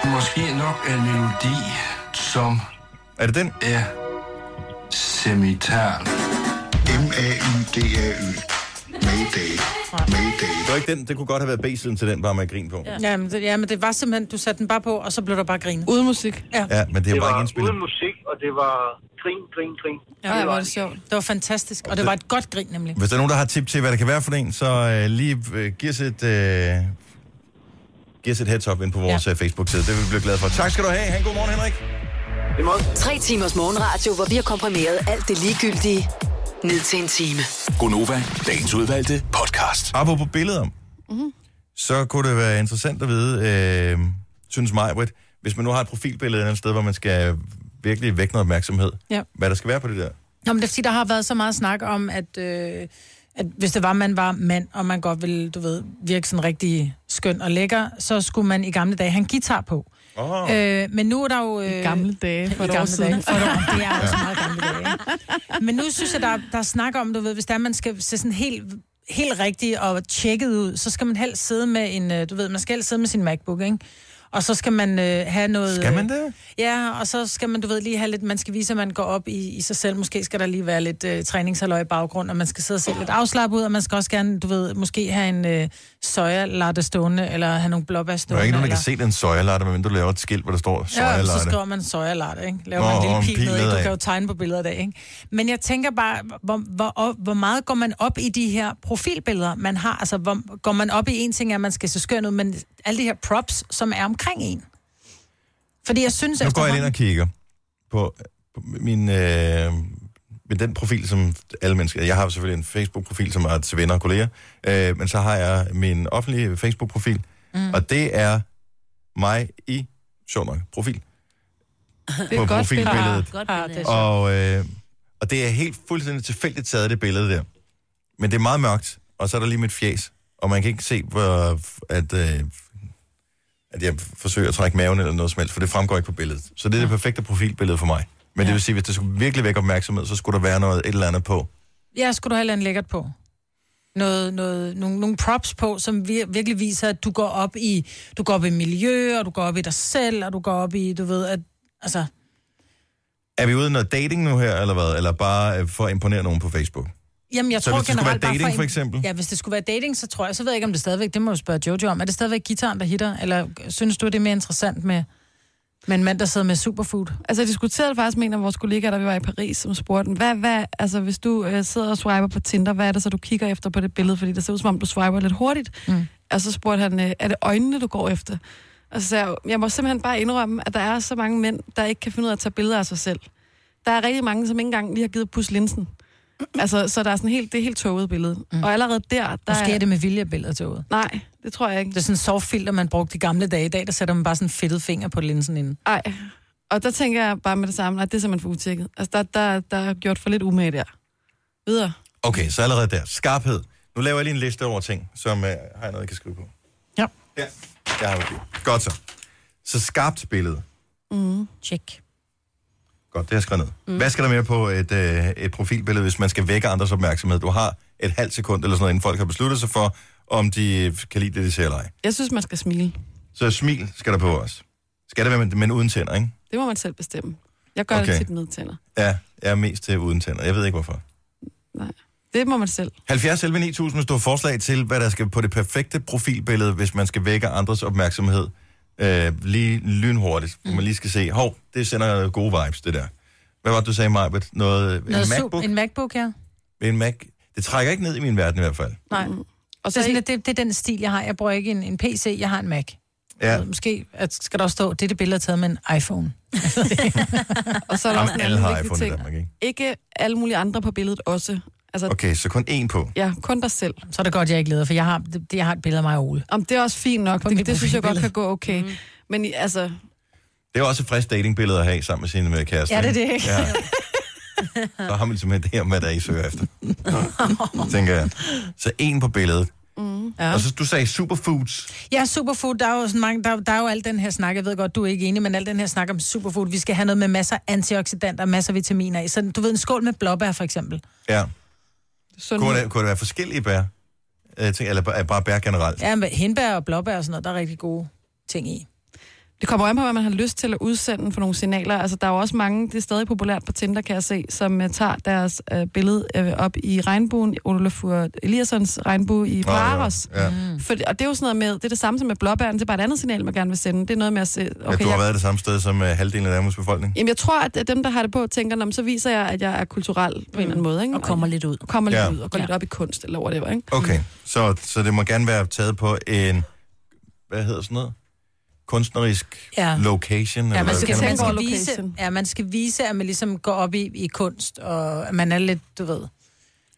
Måske nok en melodi, som
Er det den?
er semital.
M-A-Y-D-A-Y. Mayday. Mayday.
Det var ikke den. Det kunne godt have været B-siden til den, bare med grin på. Ja,
Ja, men det, ja, men det var simpelthen, du satte den bare på, og så blev der bare grinet.
Uden musik.
ja men det,
Det
var
var
ikke indspillet.
uden musik, og det var grin, grin, grin.
Ja, hvor er det sjovt.
Det var fantastisk, og det var et godt grin nemlig.
Hvis der er nogen, der har tip til, hvad det kan være for en, så øh, lige øh, giv os et... Øh, giv os et heads up ind på vores ja. Facebook-side. Det vil vi blive glade for. Tak skal du have. Ha' en god morgen, Henrik.
Det må
Tre timers morgenradio, hvor vi har komprimeret alt det ligegyldige ned til en time.
Gonova, dagens udvalgte podcast.
Apropos på billeder, mm-hmm. så kunne det være interessant at vide, øh, synes mig, Britt, hvis man nu har et profilbillede et eller andet sted, hvor man skal virkelig vække noget opmærksomhed,
Ja.
hvad der skal være på det der.
Nå, men det er fordi, der har været så meget snak om, at, øh, at hvis det var, man var mand, og man godt ville, du ved, virke sådan rigtig skøn og lækker, så skulle man i gamle dage have en guitar på.
Oh.
Øh, men nu er der jo... Øh,
Gamle dage for
i
et år
gamle
siden.
dage. For et år. Det er også meget gamle dage. ikke? Men nu synes jeg, der, er- der er snak om, du ved, hvis der man skal se sådan helt, helt rigtig og tjekket ud, så skal man helst sidde med en, øh, du ved, man skal helst sidde med sin MacBook, ikke? Og så skal man øh, have noget...
Skal man det?
Ja, og så skal man, du ved, lige have lidt, man skal vise, at man går op i, i sig selv. Måske skal der lige være lidt øh, træningshalløj i baggrund, og man skal sidde og se lidt afslappet ud, og man skal også gerne, du ved, måske have en øh, soja latte stående, eller have nogle blåbær
Der er
stående.
ikke nogen, der
eller...
kan se den søjelatte, men du laver et skilt, hvor der står
Ja, så
søjelatte.
skriver man sojalatte, ikke? Laver
Nå,
man en
og
lille
en pil
pil ned, ikke? Du
nedad.
kan jo tegne på billeder der, ikke? Men jeg tænker bare, hvor, hvor, hvor meget går man op i de her profilbilleder, man har? Altså, hvor, går man op i en ting, er, at man skal se skøn ud, men alle de her props, som er omkring en? Fordi jeg synes
Nu går jeg
efterhånden-
ind og kigger på, på min, øh, min den profil, som alle mennesker... Jeg har selvfølgelig en Facebook-profil, som er til venner og kolleger, øh, men så har jeg min offentlige Facebook-profil, mm. og det er mig i, sjov nok, profil.
Det er
På
et godt
profilbilledet.
billede.
billedet.
Godt
Ah,
billede.
det er
Og, øh, og det er helt fuldstændig tilfældigt taget, det billede der. Men det er meget mørkt, og så er der lige mit fjes, og man kan ikke se, hvor, at, øh, at jeg forsøger at trække maven eller noget som helst, for det fremgår ikke på billedet. Så det er det perfekte profilbillede for mig. Men det vil sige, hvis det skulle virkelig vække opmærksomhed, så skulle der være noget et eller andet på.
Ja, skulle du have et eller andet lækkert på. Noget, noget, nogle, nogle props på, som vir- virkelig viser, at du går op i du går op i miljø, og du går op i dig selv, og du går op i, du ved, at... Altså,
Er vi ude i noget dating nu her, eller hvad? Eller bare øh, for at imponere nogen på Facebook?
jamen, jeg
Så
tror
hvis det skulle
generelt
være
bare
dating,
en-
for eksempel?
Ja, hvis det skulle være dating, så tror jeg, så ved jeg ikke, om det stadigvæk, det må du spørge Jojo om, er det stadigvæk gitaren, der hitter, eller synes du, det er mere interessant med, med en mand, der sidder med superfood?
Altså, jeg diskuterede faktisk med en af vores kollegaer, der vi var i Paris, som spurgte, hvad, hvad, altså, hvis du øh, sidder og swiper på Tinder, hvad er det så, du kigger efter på det billede? Fordi det ser ud som om, du swiper lidt hurtigt. Mm. Og så spurgte han, øh, er det øjnene, du går efter? Og så sagde jeg, jeg må simpelthen bare indrømme, at der er så mange mænd, der ikke kan finde ud af at tage billeder af sig selv. Der er rigtig mange, som ikke engang lige har givet pus linsen. Altså, så der er sådan helt, det er helt tåget billede. Mm. Og allerede der, der
Måske er det med vilje billeder til ude.
Nej, det tror jeg ikke.
Det er sådan en softfilter, man brugte i gamle dage. I dag, der sætter man bare sådan en fedtet finger på linsen inden.
Ej. Og der tænker jeg bare med det samme, at det er simpelthen for utjekket. Altså, der, der, der er gjort for lidt umage der. Videre.
Okay, så allerede der. Skarphed. Nu laver jeg lige en liste over ting, som øh, har jeg noget, jeg kan skrive på.
Ja.
Ja, jeg har jo det. Godt så. Så skarpt billede.
Check.
Godt, det har jeg skrevet ned. Mm. Hvad skal der mere på et, øh, et profilbillede, hvis man skal vække andres opmærksomhed? Du har et halvt sekund eller sådan noget, inden folk har besluttet sig for, om de øh, kan lide det, de ser eller ej.
Jeg synes, man skal smile.
Så smil skal der på os. Skal det være, men, men uden tænder, ikke?
Det må man selv bestemme. Jeg gør okay.
Okay.
det tit med tænder.
Ja, jeg er mest til uden tænder. Jeg ved ikke, hvorfor.
Nej. Det må man selv.
70 11 9000, hvis du har forslag til, hvad der skal på det perfekte profilbillede, hvis man skal vække andres opmærksomhed. Øh, lige lynhurtigt, hvor man lige skal se, hov, det sender gode vibes, det der. Hvad var det, du sagde, Majbert? Noget,
Noget
Noget en MacBook?
Su- en
En...
MacBook, ja.
en Mac? Det trækker ikke ned i min verden i hvert fald.
Nej.
Mm. Og
Så
så,
det, er sådan,
ikke,
lidt- det, det er den stil, jeg har. Jeg bruger ikke en, en PC, jeg har en Mac.
Ja,
Måske at skal der også stå, dette billede er taget med en iPhone.
og så er der også
Jamen,
en
alle
anden
har
vigtig
iPhone i
ting.
Danmark, ikke?
Ikke alle mulige andre på billedet også. Altså, okay.
Okay, så kun én på.
ja, kun dig selv.
Så er det godt, jeg ikke leder, for jeg har, det, jeg har et billede af mig og Ole.
Om det er også fint nok.
På mit
Det, det synes jeg godt
profilbillede.
kan gå okay. Mm. Men i- altså,
Det er også et frisk datingbillede at have sammen med sine med kæreste.
Ja, det er det, ikke?
Ja. Så har man ligesom en idé om, hvad der er, I søger efter. Tænker jeg. Så en på billedet. Mm, ja. Og så du sagde superfoods.
Ja, superfood, der er jo, sådan mange, der, der er jo al den her snak, jeg ved godt, du er ikke enig, men al den her snak om superfood, vi skal have noget med masser af antioxidanter, masser af vitaminer i. Så du ved, en skål med blåbær for eksempel.
Ja. Kunne,
sundhed.
det, kunne det være forskellige bær? Jeg tænker, eller bare, bare bær generelt.
Ja, men hindbær og blåbær og sådan noget, der er rigtig gode ting i.
Det kommer jo an på, hvad man har lyst til at udsende for nogle signaler. Altså, der er jo også mange, det er stadig populært på Tinder, kan jeg se, som uh, tager deres uh, billede uh, op i regnbuen, Olafur Eliassons regnbue i Paros.
Ja.
Mm.
Mm.
For, og det er jo sådan noget med, det er det samme som med blåbæren, det er bare et andet signal, man gerne vil sende. Det er noget med at se,
Okay, at
okay,
du har
jeg,
været det samme sted som uh, halvdelen af Danmarks befolkning.
jamen, jeg tror, at øh, dem, der har det på, tænker, "Nå, men så viser jeg, at jeg er kulturel på en eller anden måde. Ikke?
Mm. Og kommer lidt ud.
og kommer lidt
Ja.
ud og går
Ja.
lidt op i kunst eller whatever. Ikke?
Okay, så, så det må gerne være taget på en... Hvad hedder sådan noget? Kunstnerisk
Ja.
location? eller
Ja,
hvad
man skal,
kalder
man
det?
skal,
det?
vise,
Location.
ja, man skal vise, at man ligesom går op i, i kunst, og at man er lidt, du ved,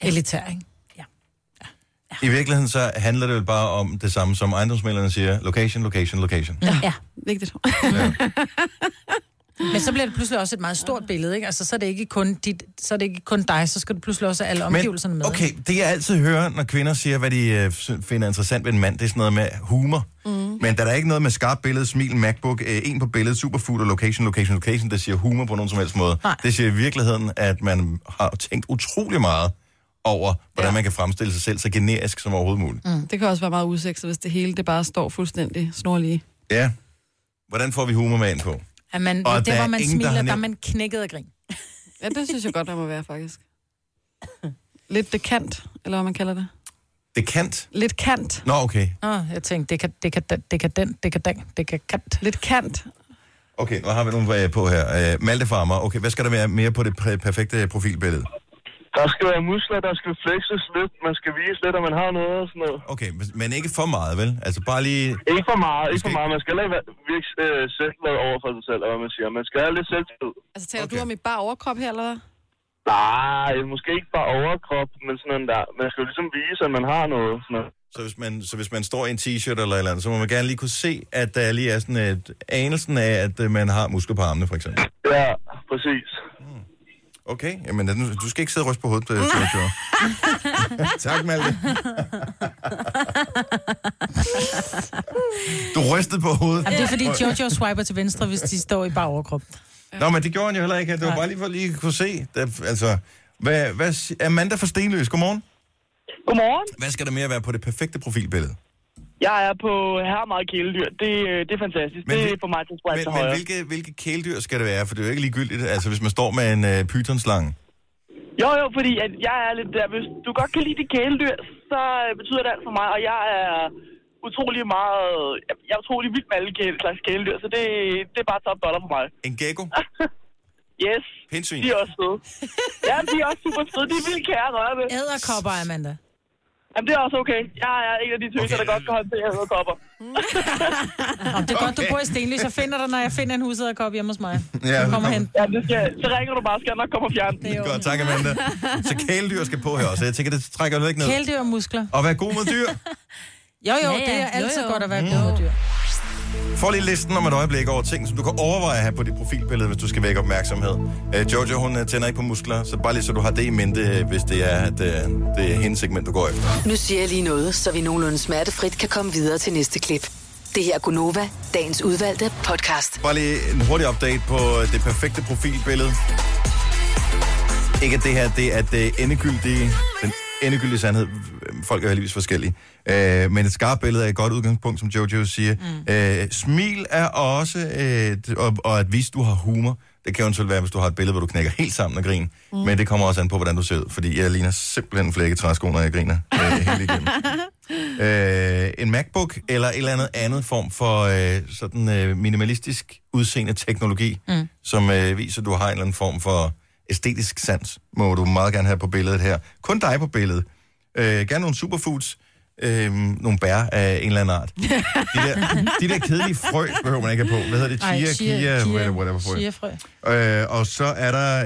elitær, ikke?
I virkeligheden så handler det jo bare om det samme, som ejendomsmælderne siger. Location, location, location. Ja.
Ja.
Vigtigt.
Mm.
Men så bliver det pludselig også et meget stort billede, ikke? Altså, så er det ikke kun, dit, så er det ikke kun dig, så skal du pludselig også have alle omgivelserne med.
okay, det jeg altid hører, når kvinder siger, hvad de øh, sy- finder interessant ved en mand, det er sådan noget med humor. Mm. Men der er ikke noget med skarpt billede, smil, MacBook, øh, en på billedet, superfood og location, location, location, der siger humor på nogen som helst måde.
Nej.
Det siger i virkeligheden, at man har tænkt utrolig meget over, hvordan ja.
Ja.
man kan fremstille sig selv så generisk som overhovedet muligt. Mm.
det kan også være meget usekset, hvis det hele det bare står fuldstændig snorlige.
Ja. Hvordan får vi humor med ind på?
At man,
Og
og
der
det,
er
hvor man
ingen, der
smiler,
har
der,
nævnt-
er man knækket af grin.
Ja, det synes jeg godt, der må være, faktisk. Lidt det kant, eller hvad man kalder det.
Det kant?
Lidt kant.
Nå, okay.
Åh, jeg tænkte, det kan, det kan, det kan den, det kan den, det kan kant.
Lidt kant.
Okay, nu har vi nogle øh, på her. Øh, Malte Farmer, okay, hvad skal der være mere på det præ- perfekte profilbillede?
Der skal være muskler, der skal flexes lidt. Man skal vise lidt, at man har noget og sådan noget.
Okay, men ikke for meget, vel? Altså bare lige...
Ikke for meget, ikke
Måske
for meget. Man skal heller ikke være- virke øh, selvglad over for sig selv, eller hvad man siger. Man skal have lidt selvtillid.
Altså, taler okay.
Okay.
du om i bare overkrop her, eller hvad?
Nej, måske ikke bare overkrop, men sådan en der. Man skal jo ligesom vise, at man har noget. Sådan noget.
Så hvis, man, så hvis man står i en t-shirt eller et eller andet, så må man gerne lige kunne se, at der lige er sådan et anelsen af, at øh, man har muskler på armene, for eksempel.
Ja, præcis.
Okay, jamen den- du skal ikke sidde og ryste på hovedet, øh, Jojo. tak, Malte. du rystede på hovedet.
Jamen, det er fordi Jojo swiper til venstre, hvis de står i bare overkrop.
Nå, men det gjorde han jo heller ikke. Det var
Nej.
bare lige for at lige kunne se. Det, altså, hvad, hvad, si- Amanda fra Stenløs, godmorgen.
Godmorgen.
Hvad skal der mere være på det perfekte profilbillede?
Jeg er på her meget kæledyr. Det, øh, det er fantastisk.
Men Det vi- er
for mig til
Men, men hvilke, hvilke kæledyr skal det være? For det er jo ikke ligegyldigt, altså hvis man står med en øh, pythonslange.
Jo, jo, fordi at jeg er lidt der. Hvis du godt kan lide det kæledyr, så øh, betyder det alt for mig. Og jeg er utrolig meget... jeg- Jeg er utrolig vild med alle kæle, slags kæledyr, så det, det er bare top dollar for mig.
En gecko?
Yes,
Pindsvin?
de er også søde. Ja, de er også super søde. De er vildt kære at røre ved.
Æderkopper, Amanda.
Jamen, det er også okay. Jeg er en af de tøser,
Okay.
okay. der godt kan håndtere æderkopper.
Om det er godt, du
Okay.
bor i Stenly, så finder dig, når jeg finder en husedderkop hjemme hos mig.
Ja,
Ja, kommer
kom.
hen.
Ja, det skal, så ringer du bare, skal jeg nok komme og fjerne den.
Det er
Godt, tak Amanda. Så kæledyr skal på her også. Jeg tænker, det trækker jo ikke ned.
Kæledyr og muskler.
Og vær god mod dyr.
Jo, jo, ja,
Ja, ja.
ja. det er altid jo,
Jo, jo.
jo. godt at være
Mm.
god med dyr.
Få lige listen om et øjeblik over ting, som du kan overveje at have på dit profilbillede, hvis du skal vække opmærksomhed. Øh, Jojo, hun øh, tænder ikke på muskler, så bare lige så du har det i mente, øh, hvis det er, at øh, det er hendes segment, du går efter.
Nu siger jeg lige noget, så vi nogenlunde smertefrit kan komme videre til næste klip. Det her er Gunova, dagens udvalgte podcast.
Bare lige en hurtig update på øh, det perfekte profilbillede. Ikke at det her, det er det endegyldige, den endegyldige sandhed. Folk er heldigvis forskellige. Øh, men et skarpt billede er et godt udgangspunkt, som Jojo siger. Mm. Øh, smil er også, øh, d- og, og at vise, du har humor. Det kan jo selv være, hvis du har et billede, hvor du knækker helt sammen og griner. Mm. Men det kommer også an på, hvordan du ser ud. Fordi jeg ligner simpelthen en flække træsko, når jeg griner øh, helt igennem øh, en MacBook eller et eller andet andet form for øh, sådan øh, minimalistisk udseende teknologi, mm. som øh, viser, at du har en eller anden form for æstetisk sans, må du meget gerne have på billedet her. Kun dig på billedet. Øh, gerne nogle superfoods, øh, nogle bær af en eller anden art. De der, de der kedelige frø behøver man ikke have på. Hvad hedder det? Chia, Ej, chia, kia, whatever, whatever frø.
chiafrø.
Øh, og så er der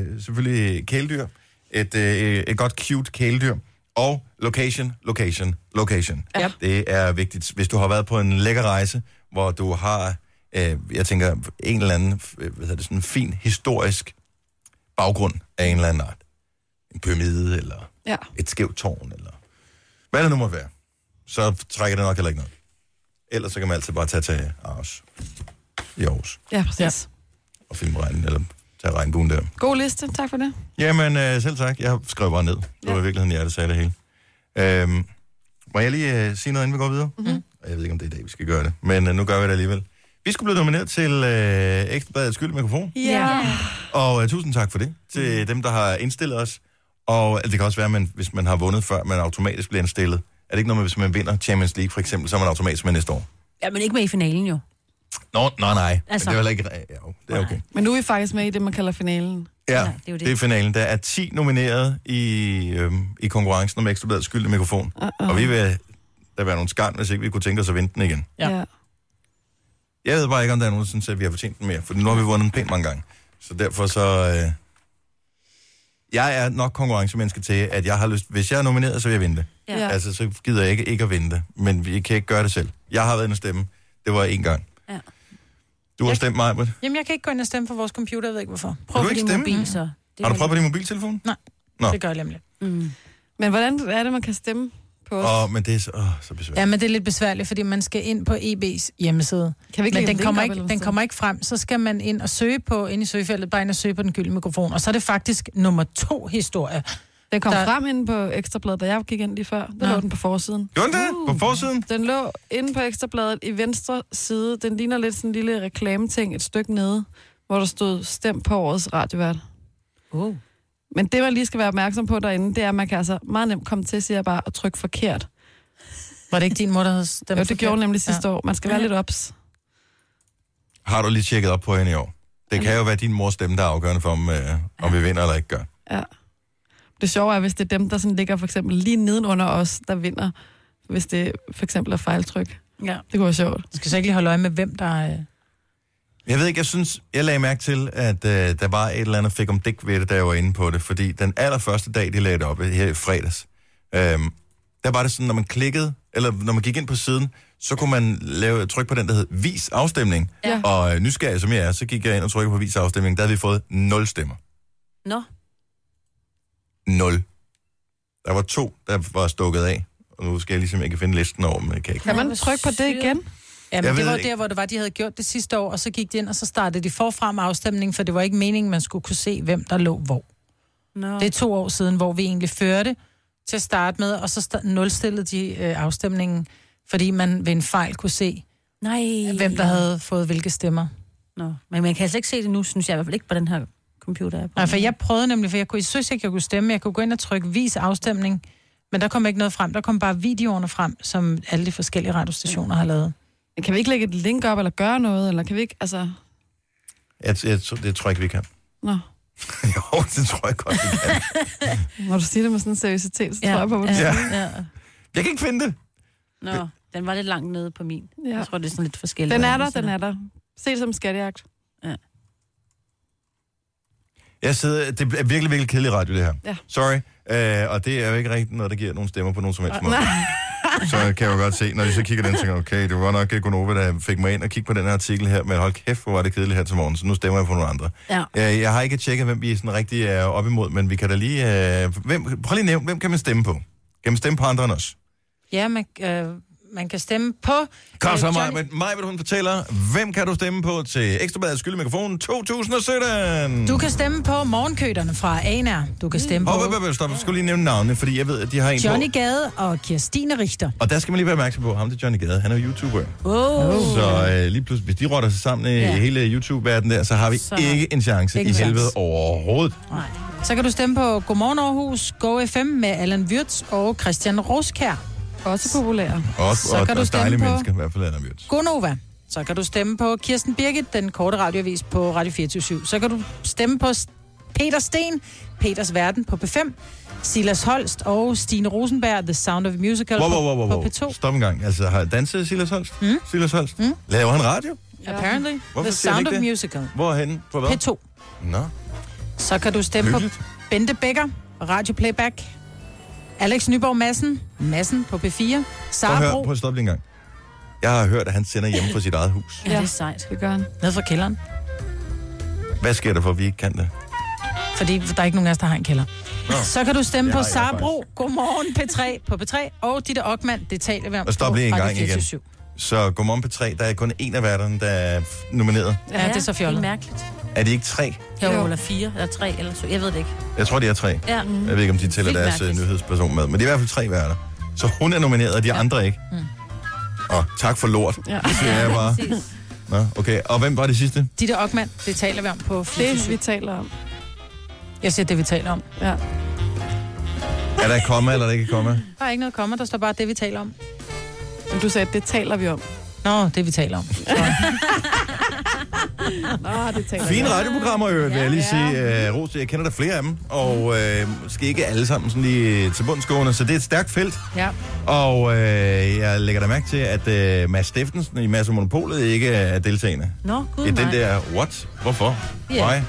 øh, selvfølgelig kæledyr. Et, øh, et godt cute kæledyr. Og location, location, location.
Ja.
Det er vigtigt. Hvis du har været på en lækker rejse, hvor du har, øh, jeg tænker, en eller anden, øh, hvad hedder det, sådan en fin historisk baggrund af en eller anden art. En pyramide, eller
Ja.
et skævt tårn, eller hvad det nu måtte være. Så trækker det nok heller ikke noget. Ellers så kan man altid bare tage til Aarhus. I Aarhus.
Ja, præcis.
Og filme regnen, eller tage regnbuen der.
God liste, tak for det.
Jamen, øh, selv tak. Jeg skrev bare ned. Det var i virkeligheden jer, der sagde det hele. Øhm, må jeg lige øh, sige noget, inden vi går videre? Mm-hmm. Jeg ved ikke, om det er i dag, vi skal gøre det. Men øh, nu gør vi det alligevel. Vi skulle blive nomineret til øh, Ekstrabladets skyld mikrofon.
Ja.
Og øh, tusind tak for det til dem, der har indstillet os. Og øh, det kan også være, at man, hvis man har vundet før, man automatisk bliver indstillet. Er det ikke noget med, hvis man vinder Champions League for eksempel, så er man automatisk med næste år?
Ja, men ikke med i finalen jo.
Nå, nej, nej. Altså.
Altså.
Men det er heller ikke... Ja, jo, det er okay.
Men nu er vi faktisk med i det, man kalder finalen.
Ja,
Nej,
det er, det. det er finalen. Der er 10 nomineret i, øhm, i konkurrencen om ekstra bladet skyld mikrofon. Uh-uh. Og vi vil der være nogle skarn, hvis ikke vi kunne tænke os at vinde den igen.
Ja.
Jeg ved bare ikke, om der er nogen, der synes, at vi har fortjent den mere, for nu har vi vundet den pænt mange gange. Så derfor så... Øh, jeg er nok konkurrencemenneske til, at jeg har lyst... Hvis jeg er nomineret, så vil jeg vinde det.
Ja.
Ja.
ja.
Altså, så gider jeg ikke, ikke at vinde det. Men vi kan ikke gøre det selv. Jeg har været inde og stemme. Det var én gang.
Ja.
Du har
Jeg-
stemt mig, Britt.
Jamen, jeg kan ikke gå ind og stemme for vores computer, jeg ved ikke hvorfor.
Kan du
på
ikke
din
stemme?
mobil, så. Det
Har du
kan
prøvet på din mobiltelefon? Nå.
Det gør jeg nemlig.
Men hvordan er det, man kan stemme på os?
Åh, men det er så, åh, så besværligt.
Ja, men det er lidt besværligt, fordi man skal ind på EB's hjemmeside.
Kan vi ikke
Men
lægge
den
en
kommer,
link op
ikke,
eller
den
sådan?
kommer ikke frem, så skal man ind og søge på, ind i søgefeltet, bare ind og søge på den gyldne mikrofon. Og så er det faktisk nummer to historie.
Den kom
der-
der... frem inde på Ekstrabladet, da jeg gik ind lige før. Der
Nå.
lå den på forsiden.
Gjorde den det? På forsiden?
Den lå inde på Ekstrabladet i venstre side. Den ligner lidt sådan en lille reklameting et stykke nede, hvor der stod stem på årets radiovært.
Oh.
Men det, man lige skal være opmærksom på derinde, det er, at man kan altså meget nemt komme til, siger jeg bare, at trykke forkert.
Var det ikke din mor, der havde stemt
Jo,
forkert?
det gjorde hun nemlig sidste ja. år. Man skal være lidt ops.
har du lige tjekket op på hende i år? Det kan jo være din mors stemme, der er afgørende for, om, øh, om vi vinder eller ikke gør.
Ja. Det sjove er, hvis det er dem, der sådan ligger for eksempel lige nedenunder os, der vinder, hvis det for eksempel er fejltryk.
Ja.
Det kunne være sjovt.
Du skal så ikke lige holde øje med, hvem der øh, er...
Jeg ved ikke, jeg synes, jeg lagde mærke til, at øh, der var et eller andet fik om dæk ved det, da jeg var inde på det, fordi den allerførste dag, de lagde det op øh, her i fredags, øh, der var det sådan, når man klikkede, eller når man gik ind på siden, så kunne man lave tryk på den, der hed vis afstemning.
Ja.
Og øh, nysgerrig som jeg er, så gik jeg ind og trykkede på vis afstemning, der havde vi fået 0 stemmer.
Nå.
0. Der var to, der var stukket af. Og nu skal jeg ligesom, jeg kan finde listen over, men jeg kan ikke.
Kan
hvor
man trykke på det
syret.
igen?
Ja,
Jeg
men det
ved
var
ikke.
der, hvor det var, de havde gjort det sidste år, og så gik de ind, og så startede de forfra med afstemningen, for det var ikke meningen, man skulle kunne se, hvem der lå hvor.
Nå.
Det er
Det,
to år siden, hvor vi egentlig førte til at starte med, og så sta- nulstillede de øh, afstemningen, fordi man ved en fejl kunne se,
nej.
hvem der havde fået hvilke stemmer.
Nå. Men man kan altså ikke se det nu, synes jeg i hvert fald ikke på den her computer.
Nej, for jeg prøvede nemlig, for jeg, kunne, jeg synes ikke, jeg kunne stemme. Jeg kunne gå ind og trykke vis afstemning, men der kom ikke noget frem. Der kom bare videoerne frem, som alle de forskellige radiostationer har lavet.
Kan vi ikke lægge et link op, eller gøre noget? Eller kan vi ikke, altså...
Jeg, jeg, det tror jeg ikke, vi kan.
Nå.
jo, det tror jeg godt, vi kan.
Når du siger det med sådan en seriøsitet, så tror jeg på, hvad du
Ja.
ja.
ja.
Jeg kan ikke finde det.
Nå, den var lidt langt nede på min.
Ja.
Jeg tror, det er sådan lidt forskelligt.
Den er der, den er der. Se det som en skattejagt.
Jeg sidder, det er virkelig, virkelig kedelig radio, det her.
Ja.
Sorry. Øh, og det er jo ikke rigtigt noget, der giver nogen stemmer på nogen som helst måde. Så kan jeg jo godt se, når jeg så kigger den, tænker jeg, okay, det var nok Gunova, der fik mig ind og kigge på den her artikel her, men hold kæft, hvor var det kedeligt her til morgen, så nu stemmer jeg på nogle andre.
Ja.
Øh, jeg har ikke tjekket, hvem vi sådan rigtig er op imod, men vi kan da lige... Øh, hvem, prøv lige at nævne, hvem kan man stemme på? Kan man stemme på andre end os?
Ja, man, øh, man kan stemme på...
Kom
øh,
så,
Johnny-
Maj, Maj, hvad hun fortæller. Hvem kan du stemme på til Ekstrabladets skylde mikrofon 2017?
Du kan stemme på morgenkøderne fra ANR. Du kan stemme på
Hov, hov, hov, stop. Jeg skulle lige nævne navnene, fordi jeg ved, at de har en
Johnny
på.
Gade og Kirstine Richter.
Og der skal man lige være opmærksom på, ham det er Johnny Gade, han er jo YouTuber.
Oh.
Så øh, lige pludselig, hvis de rotter sig sammen i
Ja.
hele YouTube-verdenen der, så har vi
Så-
ikke en chance
Ikke
i
en chance.
helvede overhovedet.
Nej. Så kan du stemme på Godmorgen Aarhus, Go FM med Allan Wirtz og Christian Roskær.
Også populære.
Og,
Så
og,
kan du
og
stemme
dejlige
på-
mennesker, i hvert fald er der myrdt.
Gonova. Så kan du stemme på Kirsten Birgit, den korte radioavis på Radio 24 Så kan du stemme på S- Peter Sten, Peters Verden på P5, Silas Holst og Stine Rosenberg, The Sound of Musical
Wow, wow, wow, wow,
på
wow.
P2.
Stop en gang. Altså, har danset Silas Holst? Mm? Silas Holst? Mm? Laver han radio?
Apparently,
Hvorfor
The
siger han
Sound of
ikke det?
Musical
Hvorhen? På hvad?
P2.
Nå,
Så kan du stemme
Hyggeligt.
på Bente Becker, Radio Playback, Alex Nyborg Madsen, Madsen på P4,
prøv at
Sara
høre.
Bro,
Prøv at stoppe lige en gang. Jeg har hørt, at han sender hjemme fra sit eget hus.
Ja, det er sejt.
Det gør han.
ned fra kælderen,
Hvad sker der for, at vi ikke kan det?
fordi der er ikke nogen af os, der har en kælder.
Nå.
Så kan du stemme
Det har
på
jeg
Sara
faktisk.
Bro, Godmorgen P3 på P3, og Ditte Ockmann, det taler vi om
Og stop
på
lige en
Radio
gang igen.
24syv.
Så godmorgen på tre, der er kun en af værterne, der er nomineret.
Ja, det er så fjollet.
Det er mærkeligt.
Er de ikke tre?
Jo,
Jo.
eller fire, eller tre, eller så. Jeg ved det ikke.
Jeg tror, de er tre.
Ja. Mm.
Jeg ved ikke, om de tæller
Vildt
deres uh,
mærkeligt.
nyhedsperson med, men det er i hvert fald tre værter. Så hun er nomineret, og de andre ikke. Mm. Og tak for lort, ja. siger jeg bare. Nå, okay. Og hvem var det sidste?
Ditte Ockmann, det taler vi om på
Det,
24
vi taler om.
Jeg siger det, vi taler om.
Ja.
Er der et komma, eller er der ikke et komma?
Der er ikke noget komma, der står bare det, vi taler om.
Men du sagde, det taler vi om.
Nå, det vi taler om.
Nå, det taler vi
Fine
om.
radioprogrammer, øh, vil jeg lige sige. Uh, Ros, jeg kender der flere af dem, og øh, måske ikke alle sammen sådan lige til bundsgående, så det er et stærkt felt.
Ja.
Og øh, jeg lægger da mærke til, at øh, Mads Steffensen i Mads og Monopolet ikke er deltagende.
Nå, gud
Ja, den
nej.
der, what? Hvorfor?
Ja.
Yeah. Why?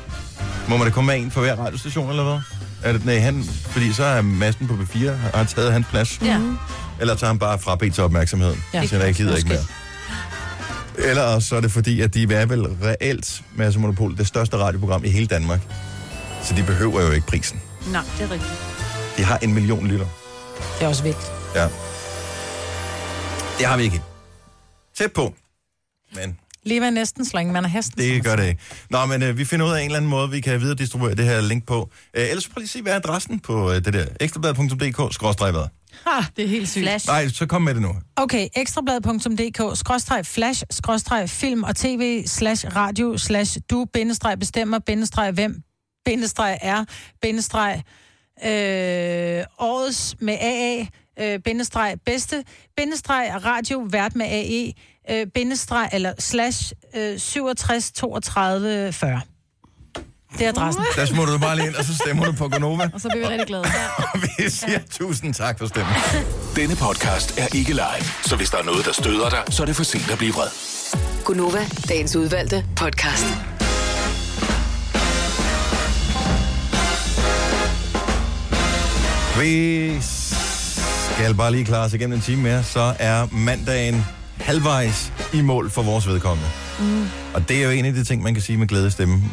Må man da komme med en fra hver radiostation, eller hvad? Er det, nej, han, fordi så er massen på B4 har taget hans plads.
Ja.
Eller tager han bare fra B til opmærksomheden.
Ja.
Ja. Så jeg gider ikke
Måske.
mere. Eller også så er det fordi, at de er vel reelt, Mads og Monopol, det største radioprogram i hele Danmark. Så de behøver jo ikke prisen.
Nej, det er rigtigt.
De har en million lytter.
Det er også vigtigt.
Ja. Det har vi ikke. Tæt på. Men
Lige være næsten, så længe man er hesten.
Det gør det ikke. Nå, men øh, vi finder ud af en eller anden måde, vi kan videre distribuere det her link på. Øh, ellers prøv lige at se, hvad er adressen på øh, det der. ekstrabladet.dk, skråstrej hvad?
Ah, det er helt sygt.
Flash.
Nej, så kom med det nu.
Okay, ekstrablad.dk, skråstreg flash, skråstreg film og tv, slash radio, slash du, bindestreg bestemmer, bindestreg hvem, bindestreg er, bindestreg øh, årets med AA, øh, bindestreg bedste, bindestreg radio, vært med AE, øh, bindestreg, eller slash øh, 67 32 40. Det er adressen.
Der smutter du bare lige ind, og så stemmer du på Gonova.
Og så bliver vi rigtig glade.
Og vi siger tusind tak for stemmen.
Denne podcast er ikke live, så hvis der er noget, der støder dig, så er det for sent at blive vred.
Gunova, dagens udvalgte podcast.
Vi skal bare lige klare os igennem en time mere, så er mandagen halvvejs i mål for vores vedkommende. Mm. Og det er jo en af de ting, man kan sige med glæde i stemmen.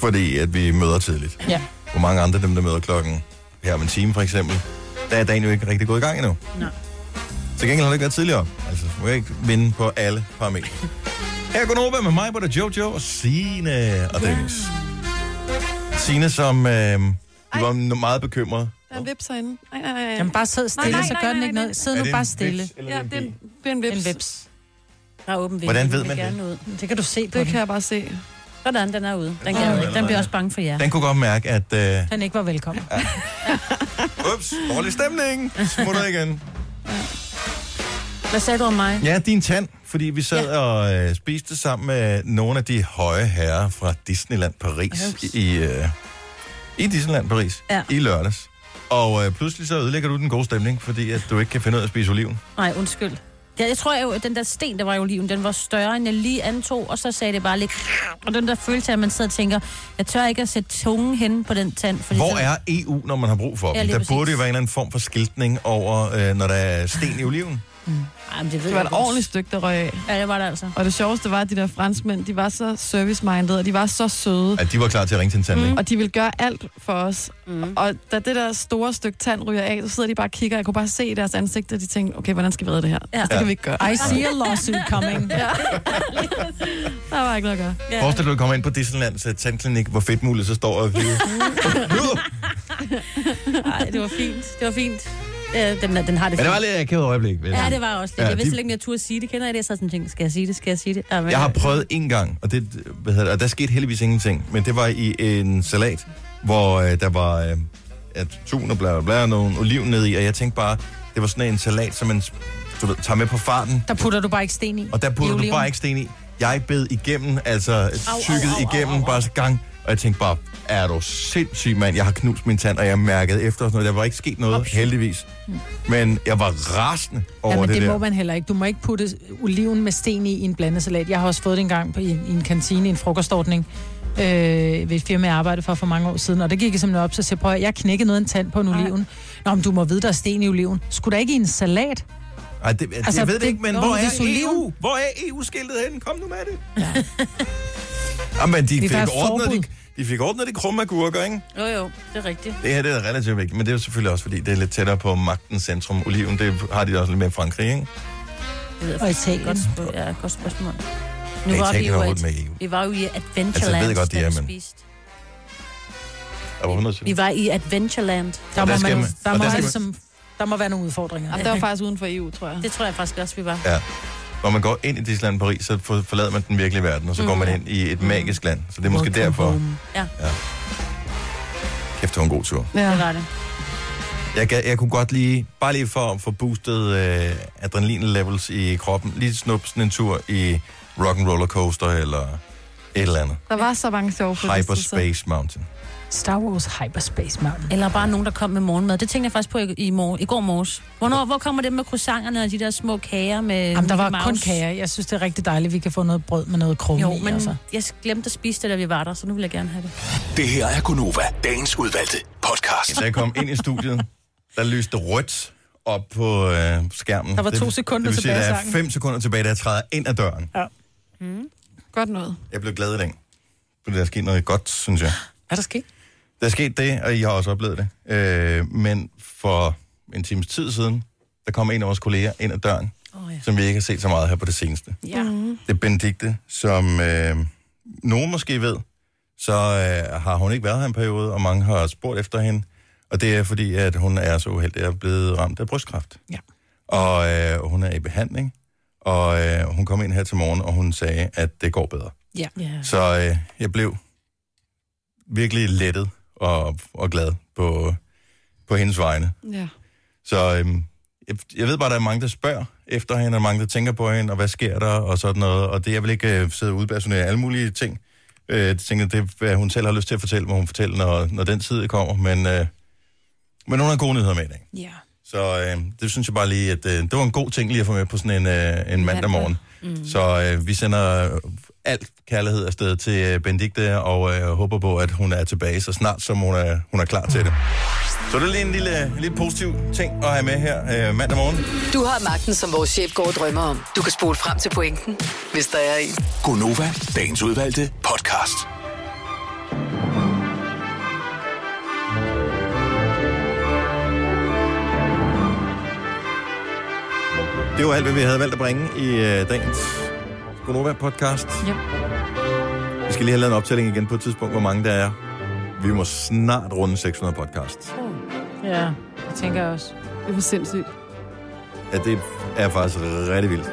Fordi at vi møder tidligt.
Ja.
hvor mange andre dem, der møder klokken her om en time for eksempel, der er dagen jo ikke rigtig gået i gang endnu.
Nej.
Til gengæld har det ikke været tidligere. Altså, må jeg ikke vinde på alle parametre. Her er Gunova med mig, hvor der Jojo og Sine og Dennis. Sine, som øh, du var n- meget bekymret.
Der er en vips herinde. Ej, nej, nej.
Jamen bare sid stille,
Nej, nej,
så gør
nej,
den
nej,
ikke
nej.
noget. Sid
Er
nu
det en
bare
vips
stille.
eller
Ja,
en
det er,
bi?
det er en vips.
En vips.
Der er åben vind.
Hvordan ved
Den
man
vil
det?
gerne Ud.
Det kan du se på
Det
den.
kan jeg bare se.
Sådan, den er ude. Den, kan ud. den bliver også bange for jer.
Den kunne godt mærke, at... Øh,
Den ikke var velkommen.
ups, dårlig stemning. Smutter igen.
Hvad sagde du om mig?
Ja, din tand. fordi vi sad ja. og øh, spiste sammen med nogle af de høje herrer fra Disneyland Paris
Ups.
i, øh, i Disneyland Paris
Ja.
i lørdags. Og øh, pludselig så ødelægger du den gode stemning, fordi at du ikke kan finde ud af at spise oliven.
Nej, undskyld. Jeg, jeg tror jo, at den der sten, der var i oliven, den var større, end jeg lige antog, og så sagde det bare lidt... Og den der følelse af, at man sidder og tænker, jeg tør ikke at sætte tungen hen på den tand. Fordi
Hvor
så-
er EU, når man har brug for
Ligesom- Ja,
dem?
lige
Der
præcis.
burde jo være en eller anden form for skiltning over, øh, når der er sten i oliven.
Ej, men det, ved
Det var
jeg
et
godt.
ordentligt stykke, der røg af.
Ja, det var det altså.
Og det sjoveste var, at de der franskmænd, de var så service-minded, og de var så søde.
At de var klar til at ringe til en tandlæge.
Mm.
Og de ville gøre alt for os. Mm. Og da det der store stykke tand ryger af, så sidder de bare og kigger. Jeg kunne bare se i deres ansigter, og de tænkte, okay, hvordan skal vi redde det her? Ja. Altså, det kan vi ikke gøre. Ej,
I see a lawsuit coming. ja.
der var ikke noget at gøre.
Ja. Forestil dig, at du kommer ind på Disneylands uh, tandklinik, hvor fedt muligt så står og hiver.
Nej, det var fint. Det var fint. Øh, den, den har det
Men
fint.
det var lidt akavet øjeblik. vil jeg
Ja,
sige.
det var også lidt.
Ja,
jeg vidste
de-
slet ikke, om jeg turde sige det. Kender jeg det? Jeg sad sådan og tænkte, skal jeg sige det? Skal jeg sige det? Ja, men,
Jeg har prøvet en gang, og, det, hvad hedder det, og der skete heldigvis ingenting, men det var i en salat, hvor øh, der var øh, ja, tun og bla bla bla, og nogle oliven ned i, og jeg tænkte bare, det var sådan en salat, som man du ved, tager med på farten,
Der putter du bare ikke sten i.
og der putter
I
du
oliven.
bare ikke sten i. Jeg bed igennem, altså tykket
au, au,
igennem,
au, au.
bare så gang, og jeg tænkte bare, er du sindssyg, mand? Jeg har knust min tand, og jeg mærkede efter og sådan noget. Der var ikke sket noget, heldigvis. Men jeg var rasende over
Ja, men
det,
det,
der.
må man heller ikke. Du må ikke putte oliven med sten i i en blandesalat. Jeg har også fået det en gang på, i, i en kantine, i en frokostordning, øh, ved et firma, jeg arbejdede for for mange år siden. Og det gik jeg simpelthen op, så sagde jeg, prøv at høre, jeg knækkede noget af en tand på en oliven. Nå, men du må vide, der er sten i oliven. Skulle der ikke i en salat?
Ej, det, altså,
Altså,
jeg ved det,
det-
ikke, men
Nå,
hvor
men
er
det er solidt.
EU? Hvor er EU-skiltet henne? Kom nu med det. Ja. Jamen, de
er
fik,
bare et
ordnet
forbud.
de, de fik ordnet de krumme agurker, ikke?
Jo, jo, det er rigtigt.
Det her det er relativt vigtigt, men det er jo selvfølgelig også, fordi det er lidt tættere på magtens centrum. Oliven, det har de også lidt mere i Frankrig, ikke?
Det ved jeg
Og
faktisk ikke.
Italien.
Godt, spørg- ja, godt spørgsmål. Nu
Ja,
var vi
Italien
jo
er
i-
overhovedet med i EU.
Vi var jo i Adventureland,
Altså, jeg ved godt, de
da vi
er, men-
spiste.
Der var 100
Vi var i Adventureland.
Der,
Og
må,
der skal
man,
man-
der,
og der
må der,
skal man-
ligesom, der må være nogle udfordringer.
Jamen, det var faktisk uden for EU, tror jeg.
Det tror jeg faktisk også, vi var.
Ja. Når man går ind i Disneyland Paris, så for- forlader man den virkelige verden,
Mm.
og så går man ind i et magisk land. Så det er måske
Welcome
derfor.
home.
Kæft, det var en god tur.
Ja.
Det var det.
Jeg, gad, jeg kunne godt lige, bare lige for at få boostet øh, adrenalin-levels i kroppen, lige snuppe sådan en tur i rock'n'roller coaster eller et eller andet.
Der var så mange sjove fødselsdage.
Hyperspace Mountain.
Star Wars Hyperspace Mountain.
Eller bare nogen, der kom med morgenmad. Det tænkte jeg faktisk på i, i, mor- i går morges. Hvornår, hvor kommer det med croissanterne og de der små kager med
Jamen, der
Mickey
var
Mouse?
kun kager. Jeg synes, det er rigtig dejligt, at vi kan få noget brød med noget krumme
Jo,
i.
men
Altså.
jeg glemte at spise det, da vi var der, så nu vil jeg gerne have det.
Det her er Gunova, dagens udvalgte podcast.
Da jeg kom ind i studiet, der lyste rødt op på øh, skærmen.
Der var
Det-
to sekunder
det vil sige,
tilbage af
Der er
sangen.
fem sekunder tilbage, da jeg træder ind ad døren.
Godt noget.
Jeg blev glad i dag. For der er sket noget godt, synes jeg.
Er der sket?
Der er sket det, og I har også oplevet det. Øh, men for en times tid siden, der kom en af vores kolleger ind ad døren, oh, ja. som vi ikke har set så meget her på det seneste.
Ja. Mm.
Det er Benedikte, som øh, nogen måske ved, så øh, har hun ikke været her en periode, og mange har spurgt efter hende. Og det er fordi, at hun er så uheldig at blive ramt af brystkræft.
Ja.
Og øh, hun er i behandling, og øh, hun kom ind her til morgen, og hun sagde, at det går bedre.
Ja. ja.
Så øh, jeg blev virkelig lettet og, og glad på, på hendes vegne.
Ja.
Så øhm, jeg, jeg ved bare, at der er mange, der spørger efter hende, og mange, der tænker på hende, og hvad sker der, og sådan noget. Og det, jeg vil ikke øh, sidde og udpersonere alle mulige ting. Øh, jeg tænker, det er, hvad hun selv har lyst til at fortælle, må hun fortælle, når, når den tid kommer. Men, øh, men hun har gode nyheder med i dag.
ja.
Så øh, det synes jeg bare lige, at øh, det var en god ting lige at få med på sådan en, øh, en mandag morgen. Mm. Så øh, vi sender øh, alt kærlighed afsted til øh, Benedikte, og øh, håber på, at hun er tilbage så snart, som hun er, hun er klar til det. Så det er lige en lille, lidt positiv ting at have med her øh, mandag morgen.
Du har magten, som vores chef går og drømmer om. Du kan spole frem til pointen, hvis der er en.
Gunova, dagens udvalgte podcast.
Det var alt, hvad vi havde valgt at bringe i øh, dagens Gonova-podcast.
Ja.
Vi skal lige have lavet en optælling igen på et tidspunkt, hvor mange der er. Vi må snart runde 600 podcasts.
ja. Det tænker jeg også.
Det var sindssygt.
Ja, det er faktisk rigtig vildt.